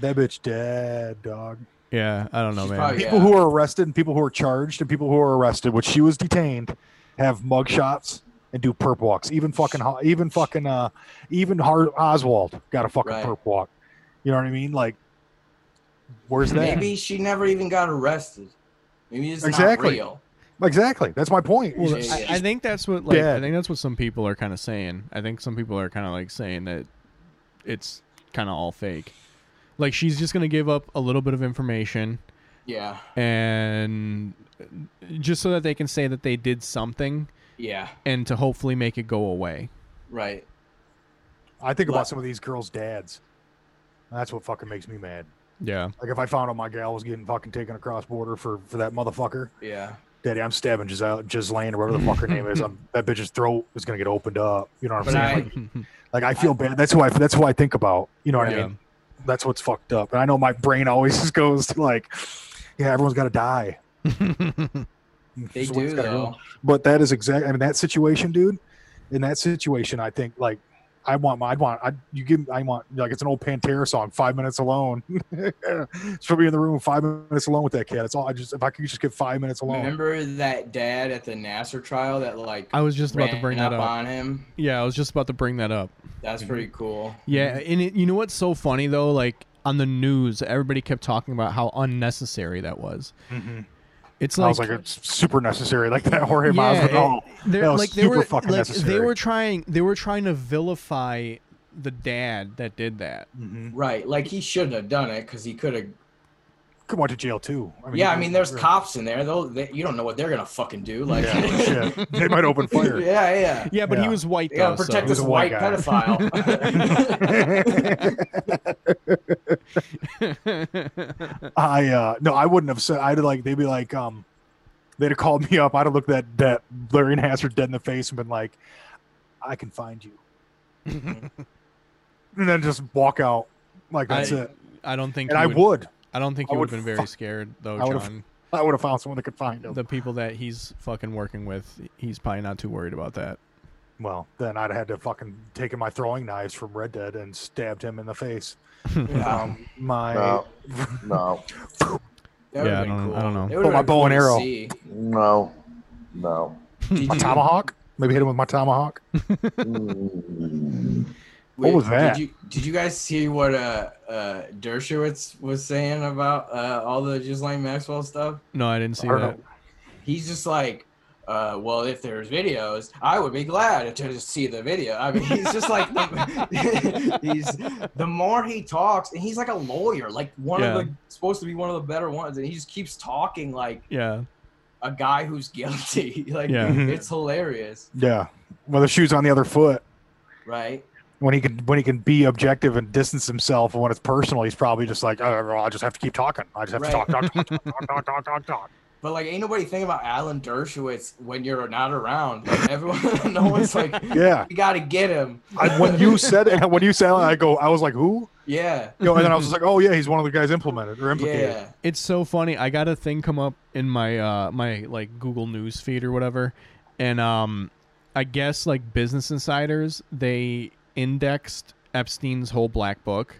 That bitch dead, dog. *laughs* yeah, I don't know, She's man. probably- People Yeah. who are arrested and people who are charged and people who are arrested, which she was detained, have mug shots and do perp walks. Even fucking, Ho- even fucking, uh, even Har- Oswald got a fucking Right. perp walk. You know what I mean? Like, where's that? Maybe she never even got arrested. Maybe it's Exactly. not real. Exactly. That's my point. Well, Yeah, yeah. I, I think that's what like I Dead. think that's what some people are kind of saying. I think some people are kind of like saying that it's kind of all fake. Like she's just gonna give up a little bit of information Yeah. and uh, just so that they can say that they did something Yeah. and to hopefully make it go away. Right. I think Like- about some of these girls' dads. That's what fucking makes me mad. Yeah. Like if I found out my gal was getting fucking taken across border for for that motherfucker, Yeah. Daddy, I'm stabbing Giselle, Ghislaine or whatever the fuck her name *laughs* is. I'm, that bitch's throat is gonna get opened up. You know what I'm But saying? I- like, like, I feel bad. That's who I. That's who I think about. You know what I Yeah. mean? That's what's fucked up. And I know my brain always *laughs* just goes to like, yeah, everyone's got to die. They Someone's do gotta go. though. But that is exactly. I mean, that situation, dude. In that situation, I think like. I want my, I'd want, I, you give, I want, like, it's an old Pantera song, Five Minutes Alone. *laughs* it's for me in the room, five minutes alone with that kid. That's all I just, if I could just get five minutes alone. Remember that dad at the Nasser trial that like *laughs* I was just about to ran bring that up. Mhm. on him? Yeah, I was just about to bring that up. That's pretty cool. Yeah, and it, you know what's so funny though? Like on the news, everybody kept talking about how unnecessary that was. Mhm. It's I like, was like, it's super necessary. Like that Jorge yeah, Masvidal. it- they're- That was like they super were fucking like, they necessary. were trying they were trying to vilify the dad that did that. Right. Like he shouldn't have done it because he could have. Could went to jail too. Yeah. I mean, there's cops in there. They'll. They, you don't know what they're gonna fucking do. Like. *laughs* Yeah, shit. They might open yeah. fire. Yeah. Yeah, but he Yeah. was white They gotta though. protect He this was a white white *laughs* guy. *laughs* pedophile. *laughs* so. I uh no, I wouldn't have said. I'd like they'd be like um, they'd have called me up. I'd have looked that that Larry Nasser dead in the face and been like, I can *laughs* find you, and then just walk out. Like that's I- it. *laughs* I don't think And he I would. I don't think I he would would have been very fuck- scared though, I would've- John. I would have found someone that could find him. The people that he's fucking working with, he's probably not too worried about that. Well, then I'd have had to fucking taken my throwing knives from Red Dead and Um, Um, stabbed him in the face. Yeah. Um, my No. No. That would Yeah, I have been don't- cool. I don't know. It would've my been bow and cool to *laughs* arrow. see. No, no. *laughs* Did My you- tomahawk? Maybe hit him with my tomahawk. Mm. What was that? Did you, did you guys see what uh, uh, Dershowitz was saying about uh, all the Ghislaine Maxwell stuff? No, I didn't see I don't that. know. He's just like, uh, well, if there's videos, I would be glad to just see the video. I mean, he's *laughs* just like, *laughs* the, he's the more he talks, and he's like a lawyer, like one Yeah. of the supposed to be one of the better ones, and he just keeps talking like Yeah. a guy who's guilty. *laughs* like Yeah. it's hilarious, Yeah. Well, the shoe's on the other foot. right? When he can when he can be objective and distance himself, and when it's personal, he's probably just like, oh, well, I just have to keep talking. I just have Right. to talk, talk, talk, talk, talk, talk, talk, talk. But like, ain't nobody thinking about Alan Dershowitz when you're not around. Like, everyone, *laughs* no *laughs* one's like, *laughs* Yeah. we gotta get him. I, when you said it, *laughs* when you said it, I go, I was like, who? *laughs* yeah, You know, and then I was just like, oh yeah, he's one of the guys implemented or implicated. yeah, It's so funny. I got a thing come up in my uh my like Google News feed or whatever, and um, I guess like Business Insiders they indexed Epstein's whole black book,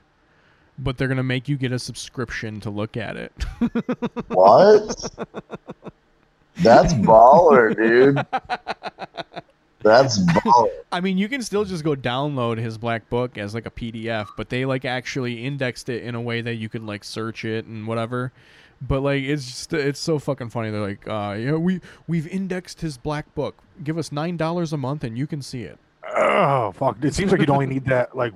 but they're gonna make you get a subscription to look at it. *laughs* What? That's baller, dude. That's baller. I mean, you can still just go download his black book as like a PDF, but they like actually indexed it in a way that you could like search it and whatever. But like, it's just it's so fucking funny. They're like, uh, yeah, we we've indexed his black book. Give us nine dollars a month and you can see it. Oh fuck! It seems like you'd only need that like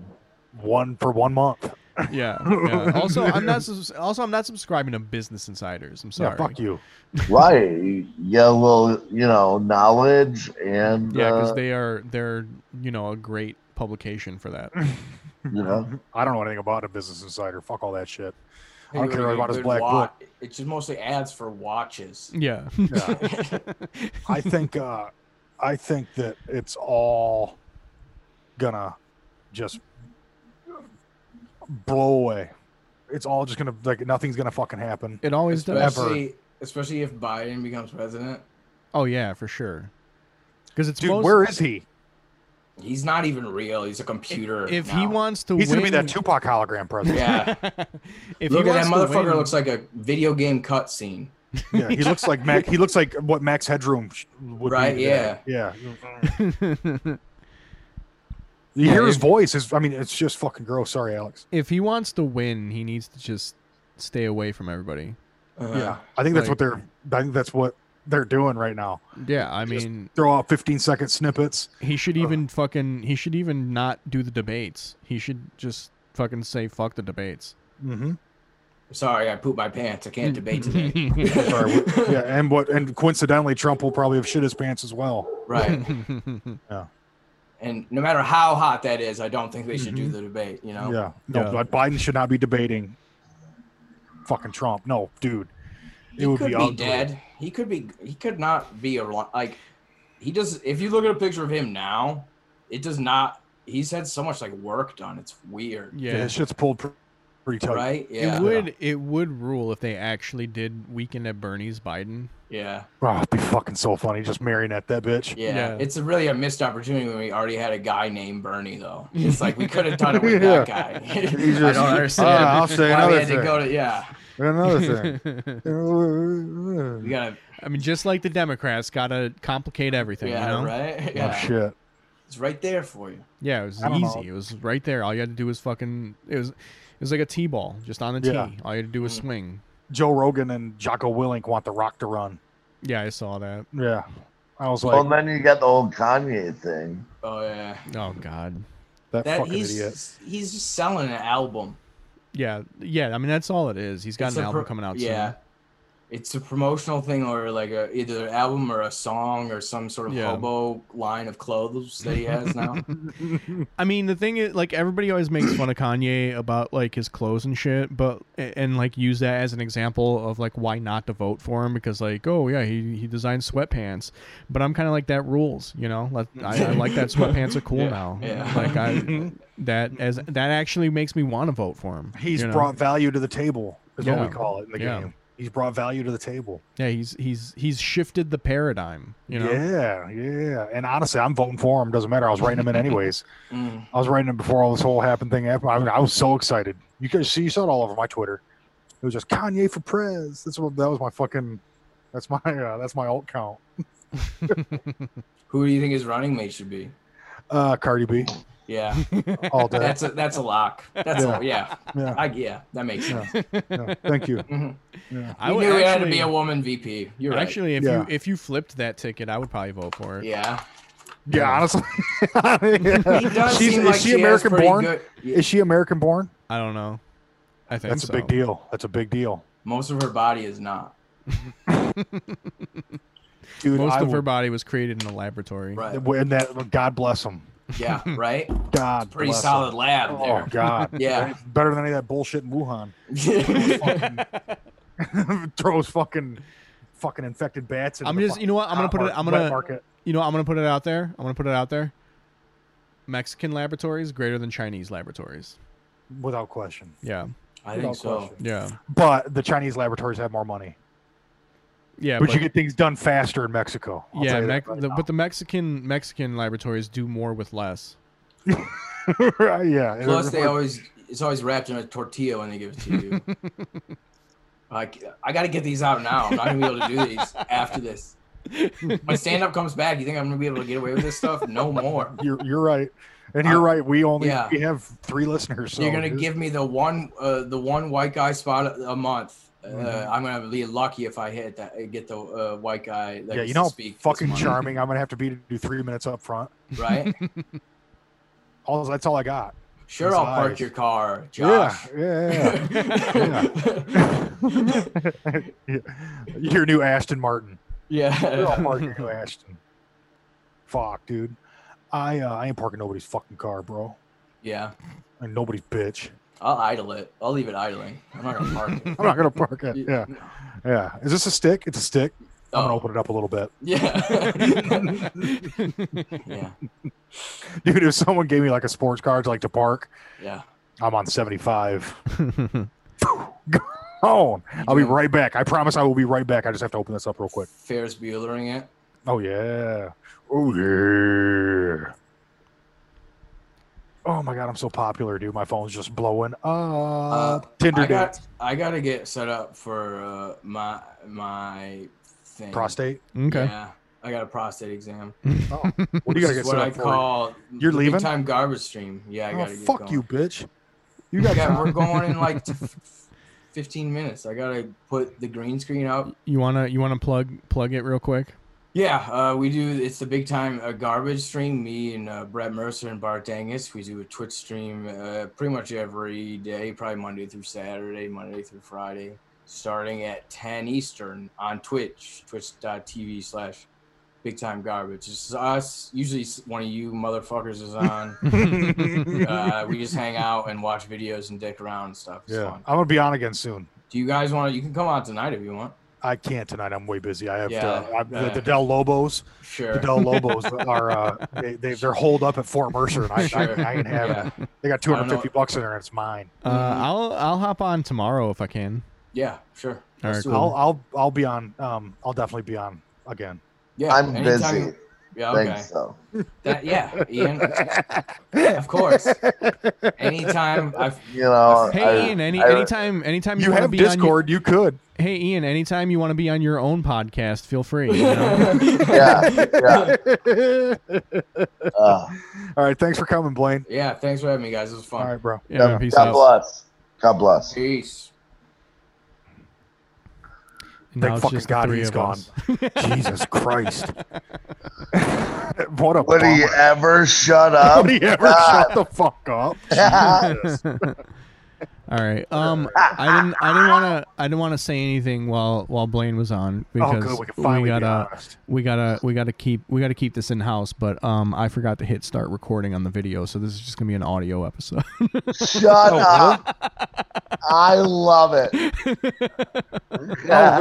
one for one month. Yeah. yeah. Also, I'm not subs- also I'm not subscribing to Business Insiders. I'm sorry. Yeah, fuck you. Right. You get a little, you know, knowledge and, because uh, they are they're you know a great publication for *laughs* that. you know, I don't know anything about a Business Insider. Fuck all that shit. I don't Hey, care like, about his good black wa- It's just mostly ads for watches. Yeah. Yeah. I think uh, I think that it's all gonna just blow away. It's all just gonna like nothing's gonna fucking happen. *laughs* It always does. especially, especially if Biden becomes president. Oh yeah, for sure. Because it's Dude, most- where is he? He's not even real. He's a computer. if now. he wants to He's win, gonna be that Tupac hologram president. yeah. *laughs* if Look he at that wants to motherfucker. win- Looks like a video game cutscene. Yeah, he looks like Mac. He looks like what Max Headroom sh- would Right, Be today. Yeah. You Yeah, hear his if- voice. Is I mean, it's just fucking gross. Sorry, Alex. *laughs* if he wants to win, he needs to just stay away from everybody. Uh, Yeah, I think that's like- what they're. I think that's what they're doing right now. Yeah, I Just- Oh. mean, Throw out 15 second snippets. he should even fucking he should even not do the debates. He should just fucking say fuck the debates. Mm-hmm. Sorry, I pooped my pants. *laughs* I can't debate today. Sorry, we- *laughs* yeah, and what? And coincidentally, Trump will probably have shit his pants as well. right. And no matter how hot that is, I don't think they should Mm-hmm. do the debate. You know. Yeah. No, Yeah. but Biden should not be debating. Fucking Trump. No, dude. It He would could be, be, ugly. dead. He could be. He could not be around. Like he does. If you look at a picture of him now, it does not. He's had so much like work done. It's weird, *laughs* Yeah, yeah, his shit's pulled pr- pretty tight. right? it *laughs* Yeah. would it would rule if they actually did weekend at Bernie's Biden. Yeah. Oh, it'd be fucking so funny just marionette that bitch. *laughs* Yeah, Yeah. it's a really a missed opportunity when we already had a guy named Bernie, though. It's like we could have done *laughs* it with that guy. I just- don't understand. All right, I'll say why we another had to thing. go to yeah. *laughs* Another *laughs* We thing. gotta *laughs* I mean, just like the Democrats, gotta complicate everything. yeah you know? right Oh, yeah shit. it's right there for you. Yeah, it was I don't easy. know. It was right there. All you had to do was fucking. It was, it was like a t-ball, just on the Yeah. Mm. tee. All you had to do was swing. Joe Rogan and Jocko Willink want the Rock to run. Yeah, I saw that. Yeah, I was like well, then you got the old Kanye thing. Oh yeah, Oh God. that, that fucking he's *laughs* idiot. he's just selling an album. Yeah, yeah. I mean, that's all it is. He's got It's an a album pro- coming out Yeah. soon. It's a promotional thing or like a either an album or a song or some sort of Yeah. hobo line of clothes that he has *laughs* now. I mean, the thing is, like, everybody always makes fun of Kanye about like his clothes and shit, but and like use that as an example of like why not to vote for him because like, oh yeah, he he designed sweatpants, but I'm kind of like that rules, you know. Let, I, I like that sweatpants are cool *laughs* Yeah. now. Yeah. Like I that as that actually makes me want to vote for him. He's you know? brought value to the table. Is Yeah. what we call it in the Yeah. game. He's brought value to the table. Yeah, he's he's he's shifted the paradigm. You know. Yeah, yeah. And honestly, I'm voting for him. Doesn't matter. I was writing him *laughs* in anyways. Mm. I was writing him before all this whole happened thing happened. I, mean, I was so excited. You guys see, you saw it all over my Twitter. It was just Kanye for prez. That's what that was my fucking. That's my uh, that's my alt count. Who do you think his running mate should be? Uh, Cardi B *laughs* Yeah, all *laughs* day. that's a that's a lock. That's Yeah. a, yeah, yeah, I, yeah, that makes sense. yeah. *laughs* Thank you. Mhm. Yeah. I knew it had to be a woman VP. You're right. Actually, if Yeah. you if you flipped that ticket, I would probably vote for it. *laughs* yeah, Yeah, honestly. he does She's- seem like is she, has American pretty born? Good. Is she American born? I don't know. I think That's so. a big deal. That's a big deal. Most of her body is not Dude, Most I of her would- body was created in a laboratory. right. *laughs* and that God bless him. Yeah, *laughs* right. God Pretty bless 'em. solid lab Oh *laughs* there. *laughs* God. Yeah. Better than any of that bullshit in Wuhan. *laughs* Throws fucking fucking infected bats. into I'm the just, you know what? I'm gonna fucking put it. hot I'm mar- wet gonna, market. you know, I'm gonna put it out there. I'm gonna put it out there. Mexican laboratories greater than Chinese laboratories. without question. Yeah, I Without think so. question. yeah, But the Chinese laboratories have more money, yeah. but, you get things done faster in Mexico. I'll yeah, tell you that Mex- right the, now. *laughs* but the Mexican Mexican laboratories do more with less. *laughs* Right, yeah. Plus, they always it's always wrapped in a tortilla when they give it to you. *laughs* like, I got to get these out now. I'm not gonna be able to do these after this. When stand up comes back, you think I'm gonna be able to get away with this stuff? No more. you're you're right, and you're right. We only Uh, yeah. we have three listeners. So You're gonna just- give me the one uh, the one white guy spot a a month. Uh, Mhm. I'm gonna be lucky if I hit that get the uh, white guy. That Yeah, gets you to know, how speak this fucking month, charming. I'm gonna have to be to do three minutes up front. *laughs* right? All that's all I got. Sure, His I'll park eyes. your car, Josh. Yeah, yeah, yeah. *laughs* yeah. *laughs* Your new Ashton Martin. They're all *laughs* yeah. parking *laughs* new Ashton. Fuck, dude. I uh, I ain't parking nobody's fucking car, bro. Yeah. And nobody's bitch. I'll idle it. I'll leave it idling. I'm not gonna park it. *laughs* I'm not gonna park *laughs* it. Yeah, yeah. Is this a stick? It's a stick. I'm gonna Oh, open it up a little bit, *laughs* Yeah. yeah. dude. If someone gave me like a sports car to like to park, Yeah. I'm on *laughs* 75. Gone. Oh, I'll be Yeah. right back. I promise I will be right back. I just have to open this up real quick. Ferris Buellering it. Oh yeah. Oh yeah. Oh my god, I'm so popular, dude. My phone's just blowing up. Uh, Tinder Uh, I date, got. I gotta get set up for uh, my my thing. prostate. okay. Yeah. I got a prostate exam. What do you This gotta is get what set I up for? call You're leaving? time garbage stream. Yeah. I oh, gotta get fuck going. you, bitch. You You got got. time. We're going in like t- fifteen minutes. I gotta put the green screen up. You wanna you wanna plug plug it real *laughs* quick? Yeah, uh, we do. It's the big time uh, garbage stream. Me and uh, Brett Mercer and Bart Dangus. We do a Twitch stream uh, pretty much every day, probably Monday through Saturday, Monday through Friday, starting at 10 Eastern on Twitch, twitch.tv slash big time garbage. It's just us. Usually s- one of you motherfuckers is on. uh, we just hang out and watch videos and dick around and stuff. *laughs* It's yeah. fun. I'm gonna be on again soon. Do you guys want to? You can come out tonight if you want. I can't tonight. I'm way busy. I have Yeah, uh, I've, the, yeah. the Del Lobos. Sure. The *laughs* Del Lobos are uh, they, they they're holed up at Fort Mercer, and I, Sure. I, I ain't having Yeah. it. They got don't know. 250 bucks in there, and it's mine. Uh, I'll I'll hop on tomorrow if I can. Yeah, sure. All Let's right, do it. I'll I'll I'll be on. Um, I'll definitely be on *laughs* again. Yeah, I'm anytime busy. you- Yeah, Think okay. so. That, yeah, Ian. of course. Anytime *laughs* I've You know, Hey I- Ian, any I- anytime anytime you, You wanna have be Discord. You could. on your, Hey Ian, anytime you want to be on your own podcast, feel free. you know? *laughs* yeah, *laughs* yeah. Uh, All right. Thanks for coming, Blaine. yeah, thanks for having me guys. It was fun. All right, *laughs* bro. Yeah, God, man, peace God out. bless. God bless. Peace. And now Thank it's fucking just the God three he's of gone. us. Jesus *laughs* Christ. what a Would he bummer. ever shut up? Would he ever God. shut the *laughs* fuck up? Jesus. *laughs* All right. Um, I didn't. I didn't want to. I didn't want to say anything while while Blaine was on Oh, because good. We can finally gotta be *laughs* honest. we gotta we gotta keep we gotta keep this in house. But um, I forgot to hit start recording on the video, so this is just gonna be an audio episode. *laughs* Shut Oh, up. I love it. *laughs* Oh,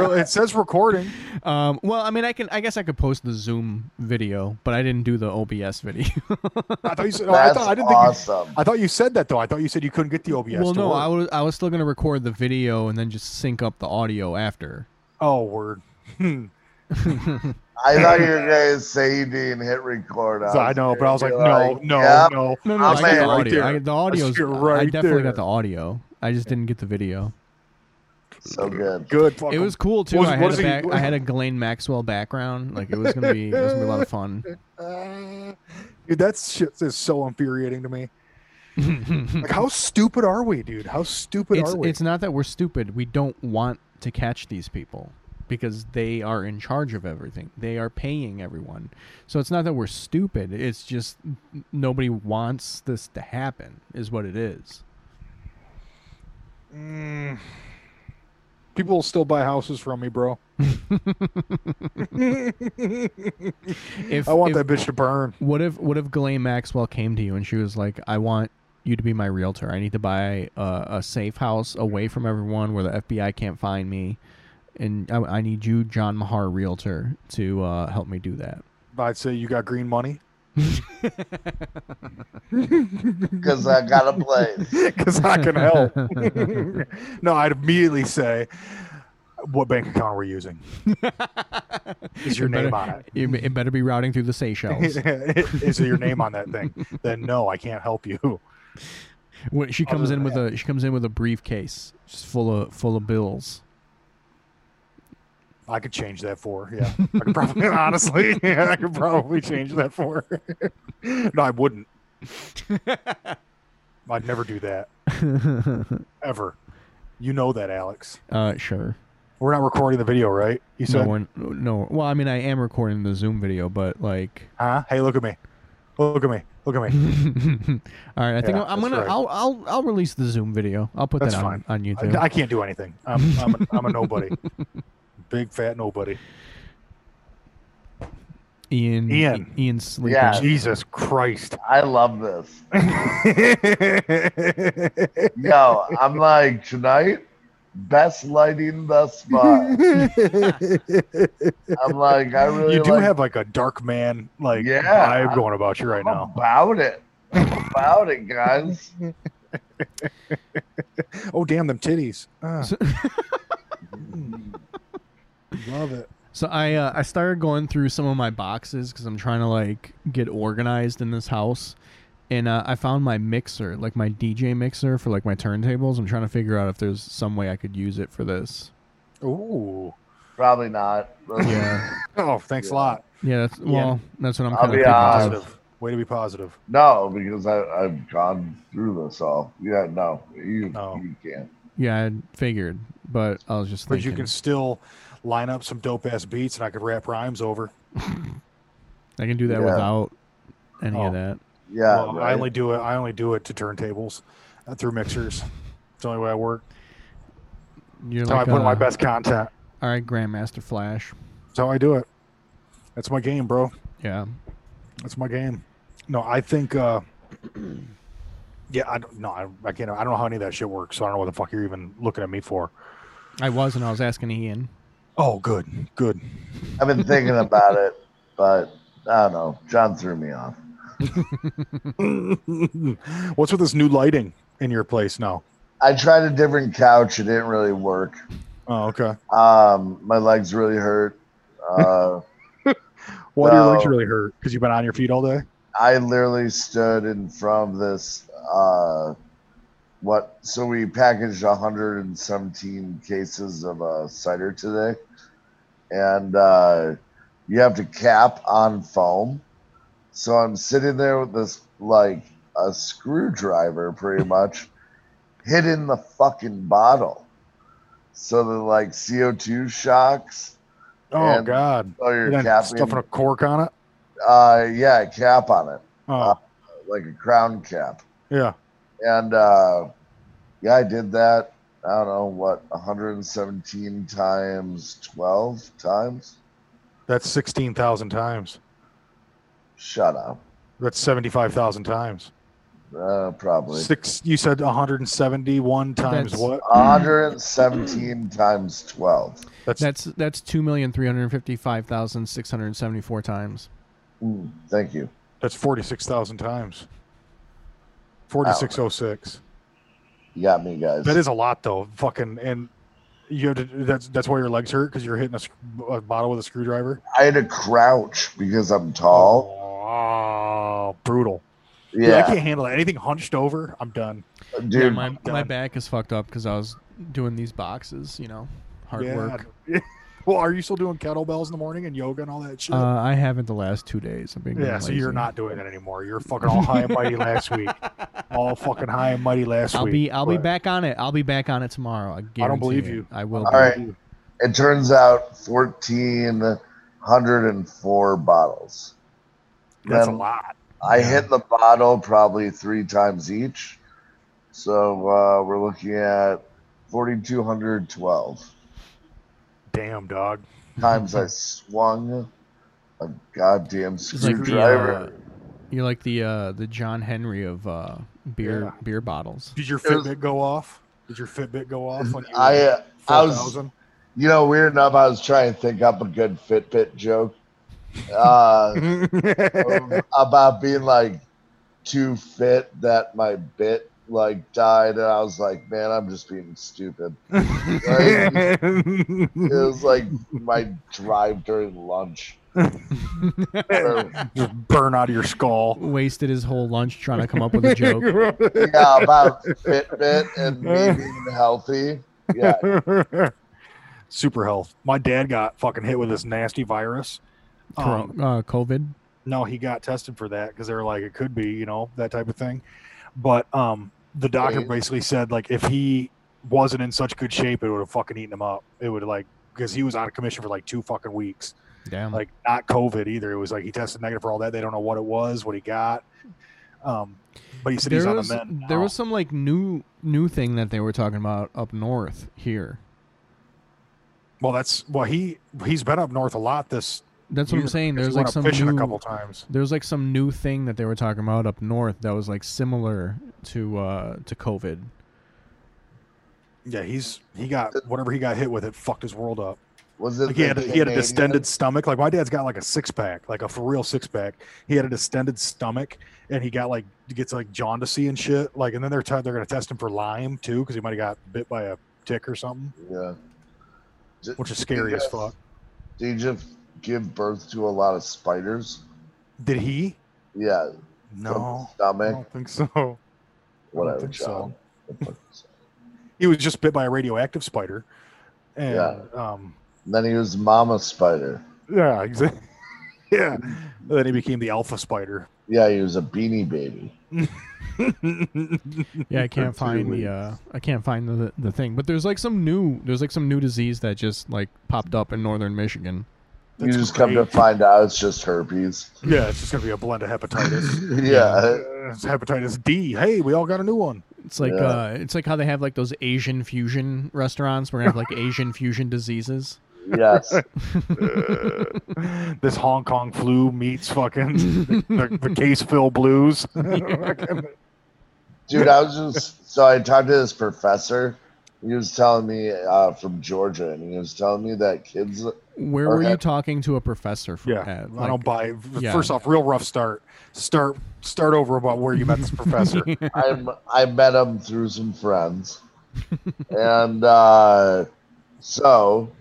*laughs* really? It says recording. um, well, I mean, I can. I guess I could post the Zoom video, but I didn't do the OBS video. I thought you said. oh, I That's thought I didn't think. You, awesome. I thought you said that though. I thought you said you couldn't get the OBS. well, to no, work. I was I was still gonna record the video and then just sync up the audio after. Oh, word. *laughs* Hmm. I thought you were going to say you didn't hit record. So I was know, but I was like, gonna be no, like, no, yep. no. No, no, I'm I got in right the audio. Oh, there. I, the audio's. shit I right definitely there. got the audio. I just didn't get the video. So good. Good. Fuck It 'em. was cool too. Was- I, had was a he- back, I *laughs* had a Glenn Maxwell background. Like it was gonna be, it was gonna be a lot of *laughs* fun. *laughs* Uh, *laughs* dude, that shit is so infuriating to me. Like, how stupid are we, dude? How stupid it's, are we? it's not that we're stupid. We don't want to catch these people because they are in charge of everything. They are paying everyone. So it's not that we're stupid. It's just n- nobody wants this to happen, is what it is. Mm. People will still buy houses from me, bro. If, I want if- that bitch to burn. What if what if Ghislaine Maxwell came to you and she was like, "I want you to be my realtor. I need to buy a, a safe house away from everyone, where the FBI can't find me, and I, I need you, John Mahar, realtor, to uh, help me do that." I'd say you got green money Because I got a *laughs* place. because I can help. no, I'd immediately say, "What bank account we're using? *laughs* Is your It name better- on it? It, it better be routing through the Seychelles. *laughs* Is there your name on that thing? Then no, I can't help you." When she Other comes in than with a she comes in with a briefcase just full of full of bills. *laughs* I could change that for. Yeah, I could probably *laughs* honestly, yeah, I could probably change that for. *laughs* no, I wouldn't. I'd never do that ever. You know that, Alex. Uh, sure. We're not recording the video, right? You No said, one. No. Well, I mean, I am recording the Zoom video, but like. *laughs* huh? Hey, look at me. Look at me. Look at All me. right, I think Yeah, I'm that's gonna. right. I'll, I'll I'll release the Zoom video. I'll put That's that on, fine. on YouTube. I, I can't do anything. I'm, I'm, a, I'm a nobody. *laughs* Big fat nobody. Ian, Ian. I- Ian's sleeping. Yeah. Jesus Christ. *laughs* I love this. That's Yo, I'm like, tonight, best lighting thus far. I'm like, I really you do like have like a dark man like Yeah. vibe going about you right I'm now. about it. I'm about it, *laughs* guys. Oh damn them titties. Ah. So- Love it. So I uh, I started going through some of my boxes because I'm trying to like get organized in this house, and uh, I found my mixer, like my DJ mixer for like my turntables. I'm trying to figure out if there's some way I could use it for *laughs* this. Ooh. Probably not. Yeah. Oh, thanks Yeah. a lot. Yeah. That's, Yeah. uh, well, that's what I'm I'll kind be of. honest. Positive. Way to be positive. No, because I, I've gone through this all. Yeah, no, you, No. you can't. Yeah, I figured, but I was just But thinking you can still line up some dope ass beats and I could rap rhymes over. I can do that Yeah. without any Oh. of that. Yeah, well, I right? only do it I only do it to turntables uh, through mixers. It's the only way I work. You're That's how I like put in my uh, best content. All right, Grandmaster Flash. That's how I do it. That's my game, bro. Yeah. That's my game. No, I think. uh *clears throat* Yeah, I don't. No, I, I can't. I don't know how any of that shit works. So I don't know what the fuck you're even looking at me for. I was, and I was asking Ian. Oh, good, good. *laughs* I've been thinking about it, but I don't know. John threw me off. What's with this new lighting in your place now? I tried a different couch. It didn't really work. Oh, okay. Um, my legs really hurt. Uh, Why do your legs Well- really hurt? Because you've been on your feet all day. I literally stood in front of this. Uh, what? So we packaged 117 cases of uh, cider today, and uh, you have to cap on foam. So I'm sitting there with this like a screwdriver, pretty much, hid in the fucking bottle. So the like CO2 shocks. Oh And- God! Oh, you're And then capping. stuffing a cork on it. uh, yeah, cap on it, Oh, Uh, like a crown cap. yeah. and uh, yeah, I did that. I don't know what 117 times 12 times. That's sixteen thousand times. Shut up. That's seventy-five thousand times. Uh, probably Six. You said one hundred and seventy-one times That's- what? 117 times 12. That's That's that's two million three hundred fifty-five thousand six hundred seventy-four times. Mm, thank you. That's forty-six thousand times. Forty-six oh six. You got me, guys. That is a lot, though. Fucking and you have to. That's that's why your legs hurt because you're hitting a, sc- a bottle with a screwdriver. I had to crouch because I'm tall. Oh, brutal. Dude, I Oh. Yeah, can't handle that. Anything hunched over, I'm done. dude. my, my done. back is fucked up because I was doing these boxes, you know, hard Yeah. work. *laughs* well, are you still doing kettlebells in the morning and yoga and all that shit? Uh, I haven't the last two days. I'm being yeah, so you're not doing that anymore. You're fucking all high and mighty *laughs* last week. All fucking high and mighty last I'll week. be I'll be but- back on it. I'll be back on it tomorrow. I, guarantee believe it. you. I will. All be. right. It turns out 1,404 bottles. That's a Then lot. I hit the bottle probably three times each. So uh, we're looking at 4,212 Damn, dog. times *laughs* I swung a goddamn It's like the, screwdriver. uh, you're like the uh, the John Henry of uh, beer Yeah. beer bottles. Did your It was- Fitbit go off? Did your Fitbit go off when you I, were uh, I was, 4,000? you know, weird enough, I was trying to think up a good Fitbit joke uh, *laughs* *laughs* about being like too fit that my bit like died. And I was like, man, I'm just being *laughs* stupid. Like, it was like my drive during *laughs* lunch. Or- Just burn out of *laughs* your skull. Wasted his whole lunch trying to come up with *laughs* a joke. yeah, about Fitbit and Uh. me being healthy. Yeah, Super health. My dad got fucking hit with this nasty virus. Cor- Um, uh, COVID. no, he got tested for that because they were like, it could be, you know, that type of thing. But um, the doctor Wait. basically said like, if he wasn't in such good shape, it would have fucking eaten him up. It would like because he was out of commission for like two fucking weeks. Damn. Like not COVID either. It was like he tested negative for all that. They don't know what it was, what he got. Um, but he said he's there on was, the mend. there now. was some like new new thing that they were talking about up north here. well, that's well he he's been up north a lot this. That's what I'm year saying. 'cause he There's went like up some fishing new a couple times. there's like some new thing that they were talking about up north that was like similar to uh to COVID. Yeah, he's he got whatever he got hit with. It fucked his world up. was it? Like he the had a, he had a Canadian? distended stomach. Like my dad's got like a six pack, like a for real six pack. He had a distended stomach, and he got like he gets like jaundice and shit. Like, and then they're t- they're gonna test him for Lyme too because he might have got bit by a tick or something, Yeah. D- which is scary as fuck. Do you just give birth to a lot of spiders? Did he? Yeah. from No, the I Stomach. don't think so. *laughs* I whatever. don't think John. so. He was just bit by a radioactive spider, and Yeah. um, And then he was Mama Spider. yeah, exactly. *laughs* yeah. And then he became the alpha *laughs* spider. Yeah, he was a beanie baby. *laughs* Yeah, I can't find the uh I can't find the the thing. But there's like some new there's like some new disease that just like popped up in northern Michigan. That's you just come to great. find out it's just *laughs* herpes. Yeah, it's just gonna be a blend of *laughs* hepatitis. yeah. Uh, it's hepatitis D. Hey, we all got a *laughs* new one. It's like Yeah. uh it's like how they have like those Asian fusion restaurants where they have *laughs* like Asian fusion diseases. Yes. this Hong Kong flu meets fucking the, the, the case *laughs* Phil blues. *laughs* Dude, I was just so I talked to this professor. He was telling me uh, from Georgia, and he was telling me that kids. Where Or were you have- talking to a professor from yeah, at? I Like, don't buy. yeah. First off, real rough start. Start start over about where you *laughs* met this professor. I I met him through some friends, and uh, so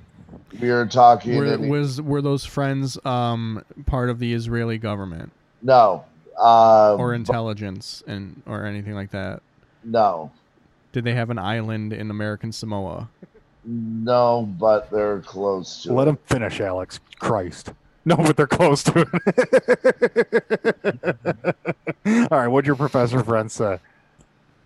we were talking. were, and he- was were those friends um part of the Israeli government no, uh, or intelligence and or anything like that? no, Did they have an island in American Samoa? no, but they're close to. Let it. him finish, Alex. Christ. *laughs* No, but they're close to it. *laughs* all right, what'd your professor friend say?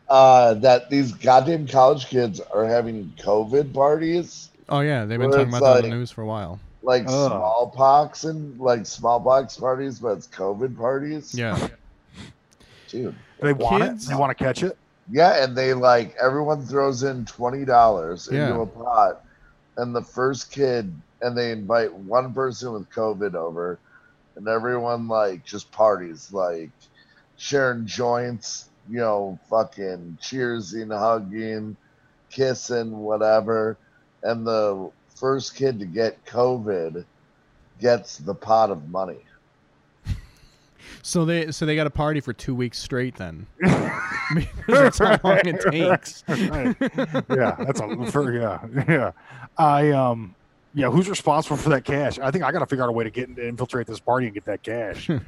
Uh, that these goddamn college kids are having COVID parties, Oh yeah, they've been Well, talking it's about that on the like- news for a while. like Ugh. smallpox and like smallpox parties, but it's COVID parties. Yeah, dude. They want Kids? it. They want to catch it. Yeah, and they like everyone throws in twenty dollars Yeah. into a pot, and the first kid, and they invite one person with COVID over, and everyone like just parties, like sharing joints, you know, fucking cheersing, hugging, kissing, whatever, and the first kid to get COVID gets the pot of money. so they so they got a party for two weeks *laughs* straight then. *laughs* Because that's how long it takes. Right. yeah, *laughs* that's a for, yeah, yeah. I um, yeah. Who's responsible for that cash? I think I got to figure out a way to get in- to infiltrate this party and get that cash. Yeah,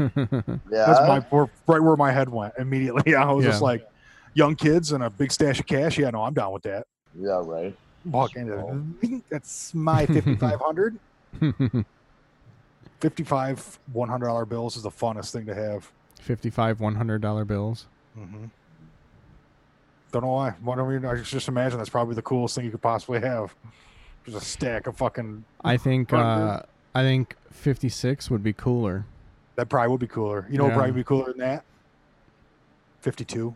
That's my where, right where my head went immediately. *laughs* I was Yeah. just like, young kids and a big stash of cash. Yeah, no, I'm down with that. Yeah, right. Walk uh, in. That's my 5500. *laughs* *laughs* 55 100 dollar bills is the funnest thing to have. 55 $100 bills. Mm-hmm. Don't know why. Why don't we? I just imagine that's probably the coolest thing you could possibly have. Just a stack of fucking. I think uh, I think 56 would be cooler. That probably would be cooler. You know, what Yeah. probably would be cooler than that. Fifty-two.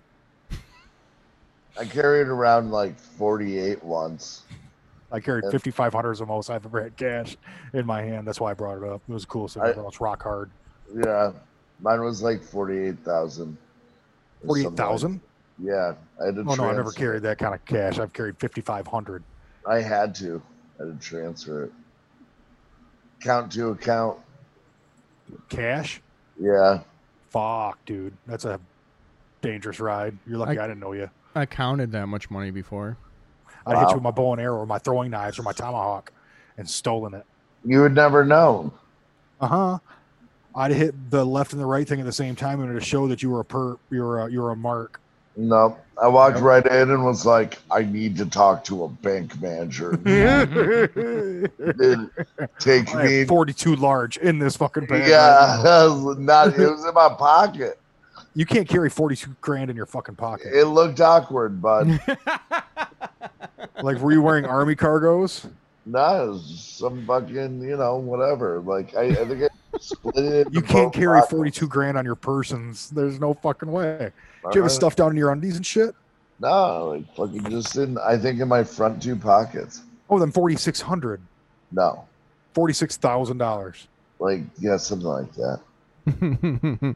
I carried around like 48 once. I carried Yeah. fifty-five hundred is the most I've ever had cash in my hand. That's why I brought it up. It was the coolest thing. I- ever. It's rock hard. Yeah, mine was like 48,000. or Forty-eight something thousand. like- Yeah, I had to. Oh no, I never transfer- carried that kind of cash. I've carried fifty-five hundred. I had to. I had to transfer it. Count to account. Cash? Yeah. Fuck, dude. That's a dangerous ride. You're lucky I- I, didn't know you. I counted that much money before. *laughs* I'd hit Wow. you with my bow and arrow, or my throwing knives, or my tomahawk, and stolen it. You would never know. Uh huh. Uh-huh. I'd hit the left and the right thing at the same time, and it'd show that you were a per, you were a, you were *laughs* a mark. No, I walked right in and was like, I need to talk to a bank *laughs* manager. Then take I me. have Forty-two large in this fucking bag. right yeah, *laughs* now. I was not. It was in my pocket. you can't carry forty-two grand in your fucking pocket. It looked awkward, but like, were you wearing army cargos? no, it was just some fucking, you know, whatever. Like I, I think I split it. You *laughs* into can't both carry pockets. forty-two grand on your persons. There's no fucking way. Do you have Uh-huh. it stuffed down in your undies and shit? No, like fucking just in. I think in my front two pockets. Oh, then forty-six hundred. No, Forty-six thousand dollars. like yeah, something like that. Wow.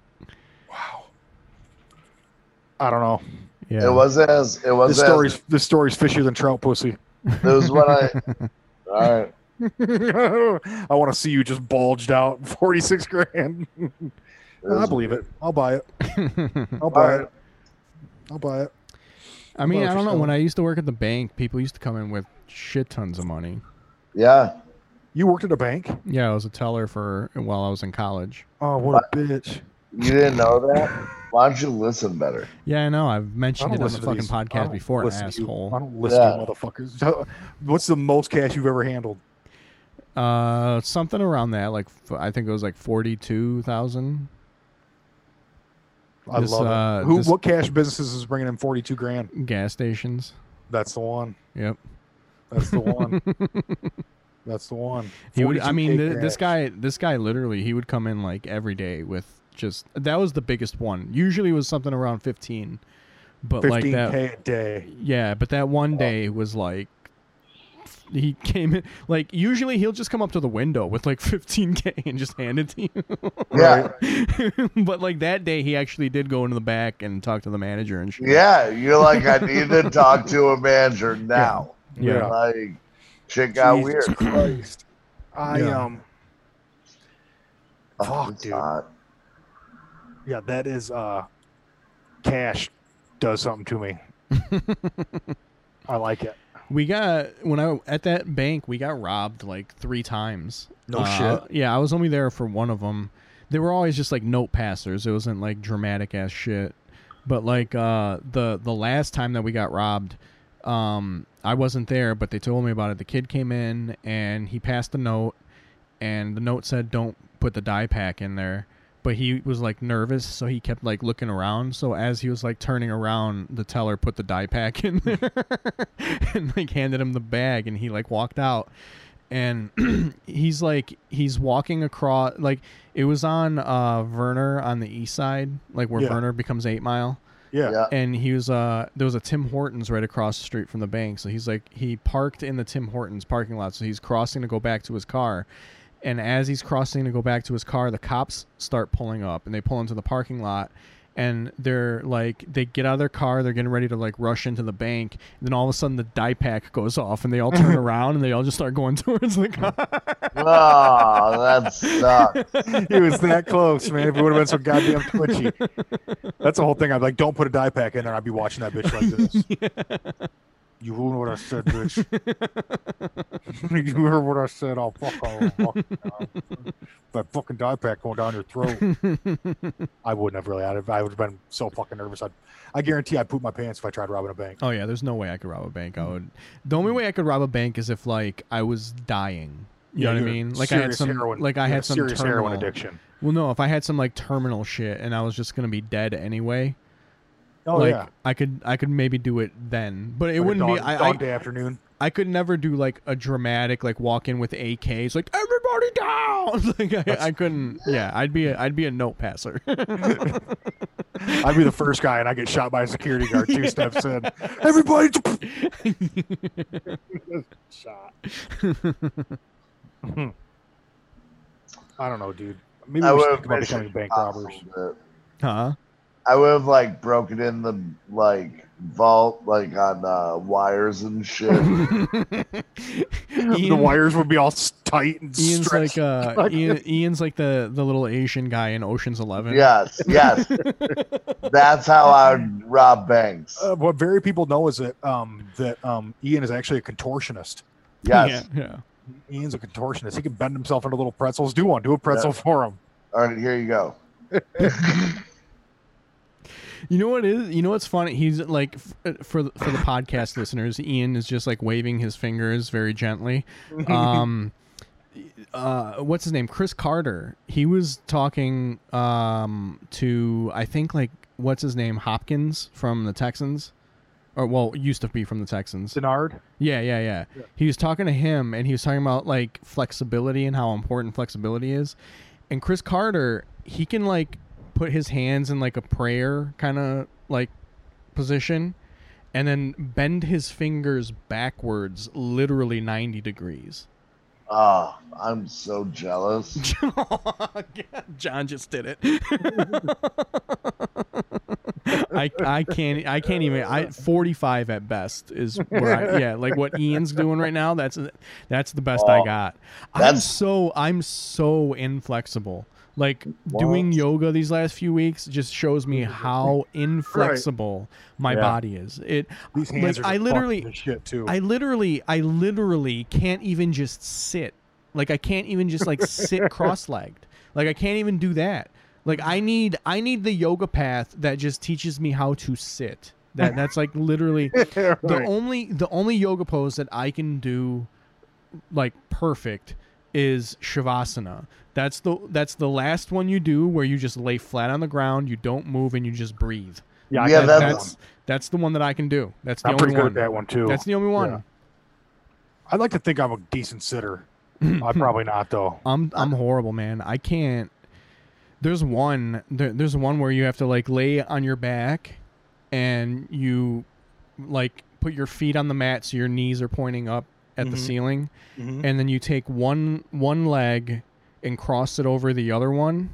I don't know. yeah. It wasn't as. It This wasn't. story's this story's fishier than trout pussy. *laughs* As, it was when I. All right. I want to see you just bulged out *laughs* forty six grand. I was- believe it. I'll buy it. I'll All buy right. it. I'll buy it. *laughs* I mean, Well, I don't know. so- When I used to work at the bank, people used to come in with shit tons of money. Yeah. You worked at a bank? Yeah, I was a teller for while I was in college. Oh, what a bitch! You didn't know that? Why don't you listen better? Yeah, I know. I've I mentioned don't it on the listen to fucking these- I podcast don't before, listen to you. I asshole. don't listen to Yeah. you motherfuckers. So, What's the most cash you've ever handled? Uh, something around that. Like f- I think it was like forty-two thousand. I This, love uh, it. Who? this- What cash businesses is bringing in forty two grand? gas stations. That's the one. Yep. That's *laughs* the one. That's the one. He would. I 42K mean, th- this cash. guy. This guy literally. He would come in like every day with just. That was the biggest one. Usually it was something around fifteen, but like 15k that. a day. Yeah, but that one day was like he *laughs* came in like usually he'll just come up to the window with like *laughs* 15k and just hand it to Yeah. you. *laughs* but like that day he actually did go into the back and talk to the manager and shit. Yeah. You're like, I need to talk to a manager now. Yeah. Like, shit got Jesus weird. Christ. I Yeah. um Oh, Fuck, it's dude. hot. yeah, that is uh cash does something to me. I like it. We got when I at that bank we got robbed like 3 times. Uh, No shit. Yeah, I was only there for one of them. They were always just like note passers. It wasn't like dramatic ass shit. But like uh the the last time that we got robbed, um I wasn't there, but they told me about it. The kid came in and he passed the note and the note said don't put the die pack in there. But he was like nervous, so he kept like looking around. So as he was like turning around, the teller put the die pack in there *laughs* and like handed him the bag, and he like walked out and *clears throat* he's like he's walking across like it was on uh Werner on the east side, like where Yeah. Werner becomes eight mile. Yeah. *laughs* Yeah. And he was uh there was a Tim Hortons right across the street from the bank. So he's like he parked in the Tim Hortons parking lot, so he's crossing to go back to his car. And as he's crossing to go back to his car, the cops start pulling up and they pull into the parking lot and they're like they get out of their car, they're getting ready to like rush into the bank, and then all of a sudden the die pack goes off and they all turn around and they all just start going *laughs* towards the car. Oh, that *laughs* sucks. He was that close, man. If it would have been so goddamn twitchy. That's the whole thing. I'm like, don't put a die pack in *laughs* there. I'd be watching that bitch like this. You ruined what I said, bitch. *laughs* you heard what I said? I'll fuck all. fucking, uh, that fucking dye pack going down your throat. *laughs* I wouldn't have really. I'd have, I would have been so fucking nervous. I'd, I guarantee I'd poop my pants if I tried robbing a bank. oh yeah, there's no way I could rob a bank. Mm. I would. The only way I could rob a bank is if like I was dying. You know what I you're mean? Like I had serious some. heroin- like I you had some serious terminal. heroin addiction. Well, no, if I had some like terminal shit and I was just gonna be dead anyway, Oh like yeah, I could I could maybe do it then, but it Like a wouldn't be. dog- I, dog I day afternoon. I could never do like a dramatic like walk in with AKs like everybody down. *laughs* like I, I couldn't. Yeah, I'd be a, I'd be a note *laughs* passer. *laughs* I'd be the first guy, and I get shot by a security *laughs* guard two steps in. Everybody, shot. *laughs* I don't know, dude. Maybe I we would should have think about Mission becoming bank Impossible robbers. bit. huh? I would have like broken in the like vault like on uh, wires and *laughs* shit. *laughs* *laughs* the Ian- wires would be all s- tight and Ian's stretched. like uh, Like- Ian, Ian's like the the little Asian guy in Ocean's Eleven. yes, yes. That's how I would rob banks. Uh, what very people know is that um, that um, Ian is actually a contortionist. Yes. *laughs* Yeah. yeah. Ian's a contortionist. He can bend himself into little pretzels. Do one. Do a pretzel for him. All right, here you go. You know what is? You know what's funny? He's like f- uh, for the, for the podcast listeners, Ian is just like waving his fingers very gently. Um, uh, what's his name? Chris Carter. He was talking um to I think like what's his name Hopkins from the Texans, or well used to be from the Texans. Denard. Yeah, yeah, yeah, He was talking to him and he was talking about like flexibility and how important flexibility is. And Chris Carter, he can like put his hands in like a prayer kind of like position and then bend his fingers backwards literally 90 degrees. Oh, I'm so jealous. *laughs* *laughs* John just did it. *laughs* I, I can't I can't even I 45 at best is where I, yeah like what Ian's doing right now that's that's the best I Oh, got. I'm that's- so I'm so inflexible. Like doing What? yoga these last few weeks just shows me how inflexible my Yeah. body is. It These Like, hands are I just literally- fucking shit too. *laughs* I literally, I literally can't even just sit. Like I can't even just *laughs* like sit cross-legged. Like I can't even do that. Like I need, I need the yoga path that just teaches me how to sit. That that's like *laughs* literally Right. the only the only yoga pose that I can do like perfect is shavasana. That's the that's the last one you do where you just lay flat on the ground, you don't move, and you just breathe. I Yeah, got that's- that that's one. that's the one that I can do. That's the I'm only pretty good one. at that one too. That's the only one. Yeah. I'd like to think I'm a decent *clears throat* sitter. I'm probably not though. I'm I'm horrible, man. I can't. There's one. There, there's one where you have to like lay on your back, and you like put your feet on the mat so your knees are pointing up at the Mhm. ceiling, and then you take one one leg and cross it over the other one,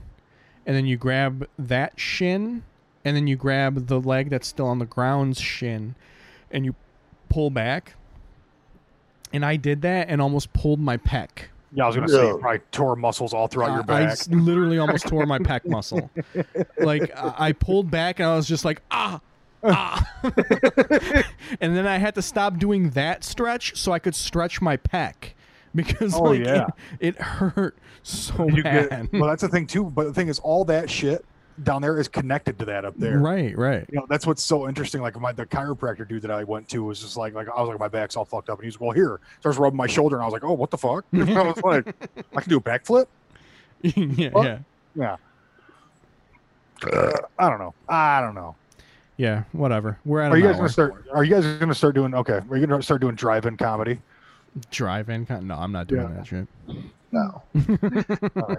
and then you grab that shin, and then you grab the leg that's still on the ground's shin, and you pull back. And I did that and almost pulled my pec. Yeah, I was gonna say Yeah. you probably tore muscles all throughout your I- Uh, *laughs* I back. s- literally almost tore my pec *laughs* muscle. Like I I pulled back and I was just like ah. Ah. *laughs* and then I had to stop doing that stretch so I could stretch my pec because Oh, like yeah. *laughs* it, it hurt so You get- bad. well, that's the thing too. But the thing is, all that shit down there is connected to that up there. Right, right. *laughs* You know, that's what's so interesting. Like my the chiropractor dude that I went to was just like, like I was like, my back's all fucked up, and he's well here. Starts rubbing my shoulder, and I was like, oh, what the fuck? *laughs* I was like, I can do a backflip. yeah, Well- yeah. Yeah. I don't know. I don't know. Yeah, whatever. We're at Are an you guys hour. gonna start? Are you guys gonna start doing? Okay, are you gonna start doing drive-in comedy? drive-in kind No, I'm not doing Yeah. that shit. *laughs* No.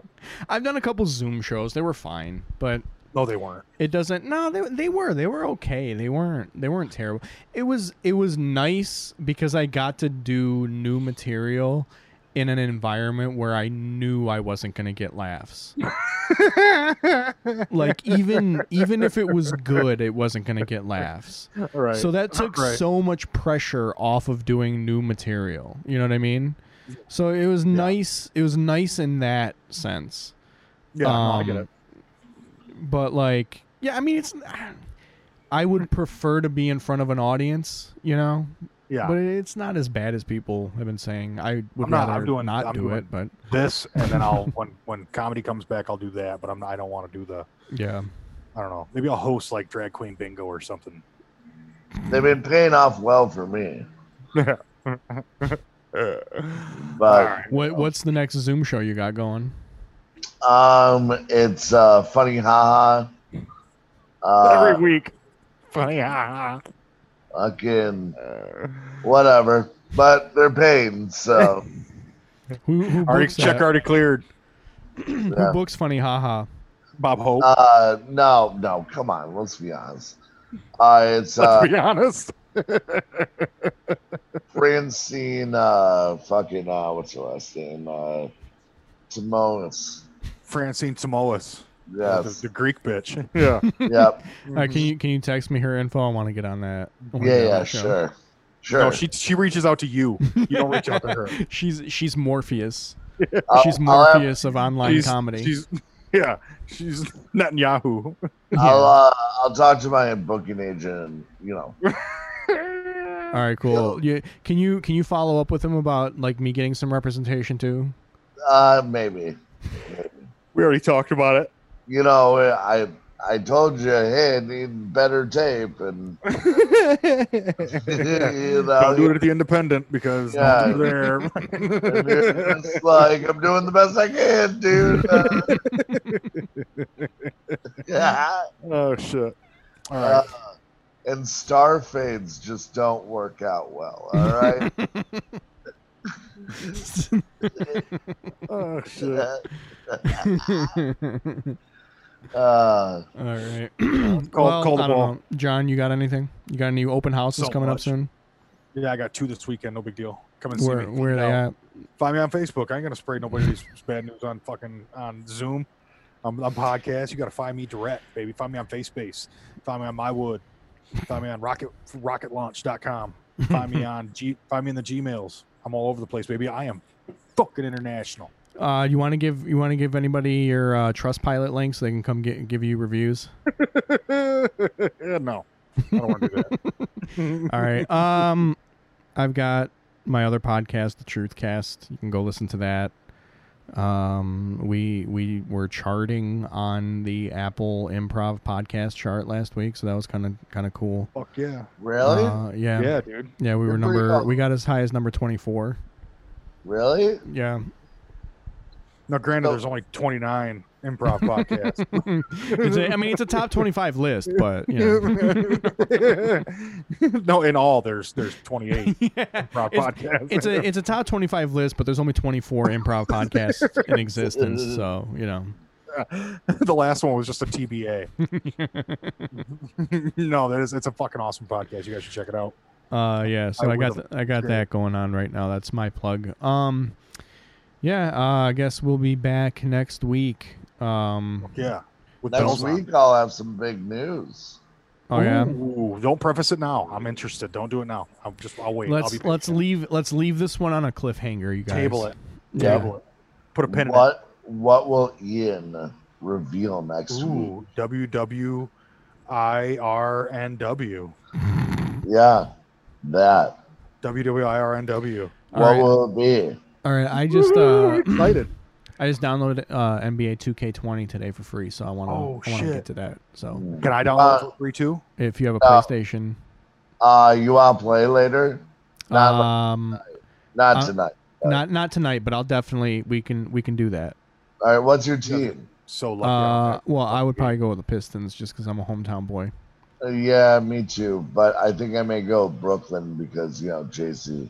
I've done a couple Zoom shows. They were fine, but No, they weren't. It doesn't. No, they they were they were okay. They weren't they weren't terrible. It was it was nice because I got to do new material in an environment where I knew I wasn't going to get *laughs* laughs. like even even if it was good, it wasn't going to get laughs. All right. So that took Right. so much pressure off of doing new material. You know what I mean? So it was nice. It was nice in that sense yeah, no, I get um, it. but like yeah i mean it's i would prefer to be in front of an audience you know Yeah. But it's not as bad as people have been saying. I would I'm not- rather I'm doing- not I'm do doing- it, but this and then I'll when when comedy comes back I'll do that, but I'm not, I don't want to do the yeah. I don't know. Maybe I'll host like drag queen bingo or something. They've been paying off well for me. All Uh, But right. What what's the next Zoom show you got going? um, it's uh, funny, haha. Uh, Every week. Funny. ah, fucking ah, ah. whatever. But they're paying, *laughs* so Who who Already books check that? already cleared. Who books funny haha? Bob Hope. uh, no, no. Come on, let's be honest. Uh, it's uh, Let's be honest. *laughs* Francine. Uh, fucking. Uh, what's her last name? Uh, Timonis. Francine Samoas. Yes. *laughs* The, the Greek bitch. Yeah. yep. Uh, Mm-hmm. can you can you text me her info? I want to get on that. I Oh wanna Yeah. get on Yeah. that show. Sure. Sure. *laughs* No, she she reaches out to you. You don't reach out to her. She's she's *laughs* Morpheus. I'll- she's I'll have- Morpheus of online She's- comedy. She's *laughs* yeah. She's Netanyahu. *laughs* I'll, uh, I'll talk to my booking agent. And, you know, All right, cool. You, can you can you follow up with him about like me getting some representation too? uh, maybe. We already talked about it. You know, I I told you, hey, I need better tape, and *laughs* *laughs* you Don't do it know, at the Independent because Yeah. yeah. there. *laughs* it's like I'm doing the best I can, *laughs* dude. Uh, yeah. oh shit! All right. Uh, and star fades just don't work out well. All *laughs* right. oh shit! All Uh, right. *clears throat* Call- well, call the I don't ball. know. John, you got anything? You got any open houses So coming up much. soon? Yeah, I got two this weekend. No big deal. Come and Where see me. where are they No. at? Find me on Facebook. I ain't gonna spray nobody's bad news on fucking on Zoom. I'm on podcast. You gotta find me direct, baby. Find me on FaceBase. Find me on MyWood. Find me on Rocket RocketLaunch.com. Find *laughs* me on G. Find me in the Gmails. I'm all over the place, baby. I am fucking *laughs* international. Uh, you want to give you want to give anybody your uh, Trust Pilot link so they can come get give you reviews. no, I don't want to do that. All right. *laughs* Um, I've got my other podcast, The Truth Cast. You can go listen to that. Um, we we were charting on the Apple Improv podcast chart last week, so that was kind of kind of cool. Fuck yeah. really? Uh, yeah, yeah, Yeah, dude. We were Pretty number awesome. we got as high as number twenty four. really? *laughs* Yeah, Now, granted, So- there's only 29 improv podcasts. it's a, I mean it's a top twenty five list, but you know. *laughs* no, in all, there's there's *laughs* 28 Yeah. improv It's- podcasts. it's a it's a top 25 list but there's only 24 improv podcasts *laughs* in existence so you know *laughs* the last one was just *laughs* a TBA. no, that is it's a fucking awesome podcast. You guys should check it out. uh yeah so I i, got will. th- i got Great. that going on right now that's my plug um yeah uh, i guess we'll be back next week um Yeah. With Next bells on. week I'll have some big news. oh yeah Ooh, don't preface it now. I'm interested. Don't do it now. I'm just I'll wait. I'll let's be let's patient. leave let's leave this one on a cliffhanger you guys table it. yeah. Table it. Put a pin in it. What What will Ian reveal next week? Ooh, W W I R N W. Yeah, that. W W I R N W. All what right. will it be? all right i just uh excited. i just downloaded uh nba 2k20 today for free so i want to Oh, i want to shit. get to that so Can I download it Uh, for free too? if you have a Uh, playstation Uh, you want to play later? Not Uh, um not uh, tonight. not not tonight, but I'll definitely we can we can do that. All right. What's your team? So lucky. Uh, well, I would probably go with the Pistons just because I'm a hometown boy. Uh, Yeah, me too. But I think I may go Brooklyn because you know JC.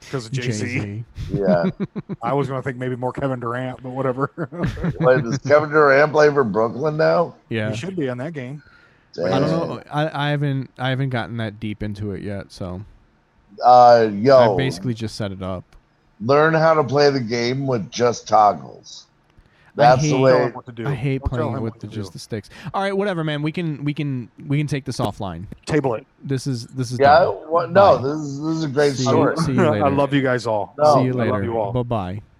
because of JC. Jay-Z. *laughs* Yeah. *laughs* I was gonna think maybe more Kevin Durant, but whatever. *laughs* Wait, does Kevin Durant play for Brooklyn now? Yeah, He should be on that game. I don't Damn. know. I, I haven't I haven't gotten that deep into it yet, so Uh, I yo, basically just set it up. learn how to play the game with just toggles. That's the hate- Tell way. him what to do. I hate Don't tell playing him with what the, to just do. the sticks. All right, whatever, man. We can we can we can take this offline. table it. This is this is Yeah. done. What, no, Bye. this is this is a great See you- story. *laughs* see you later. I love you guys all. No, See you I love later. you all. Bye bye.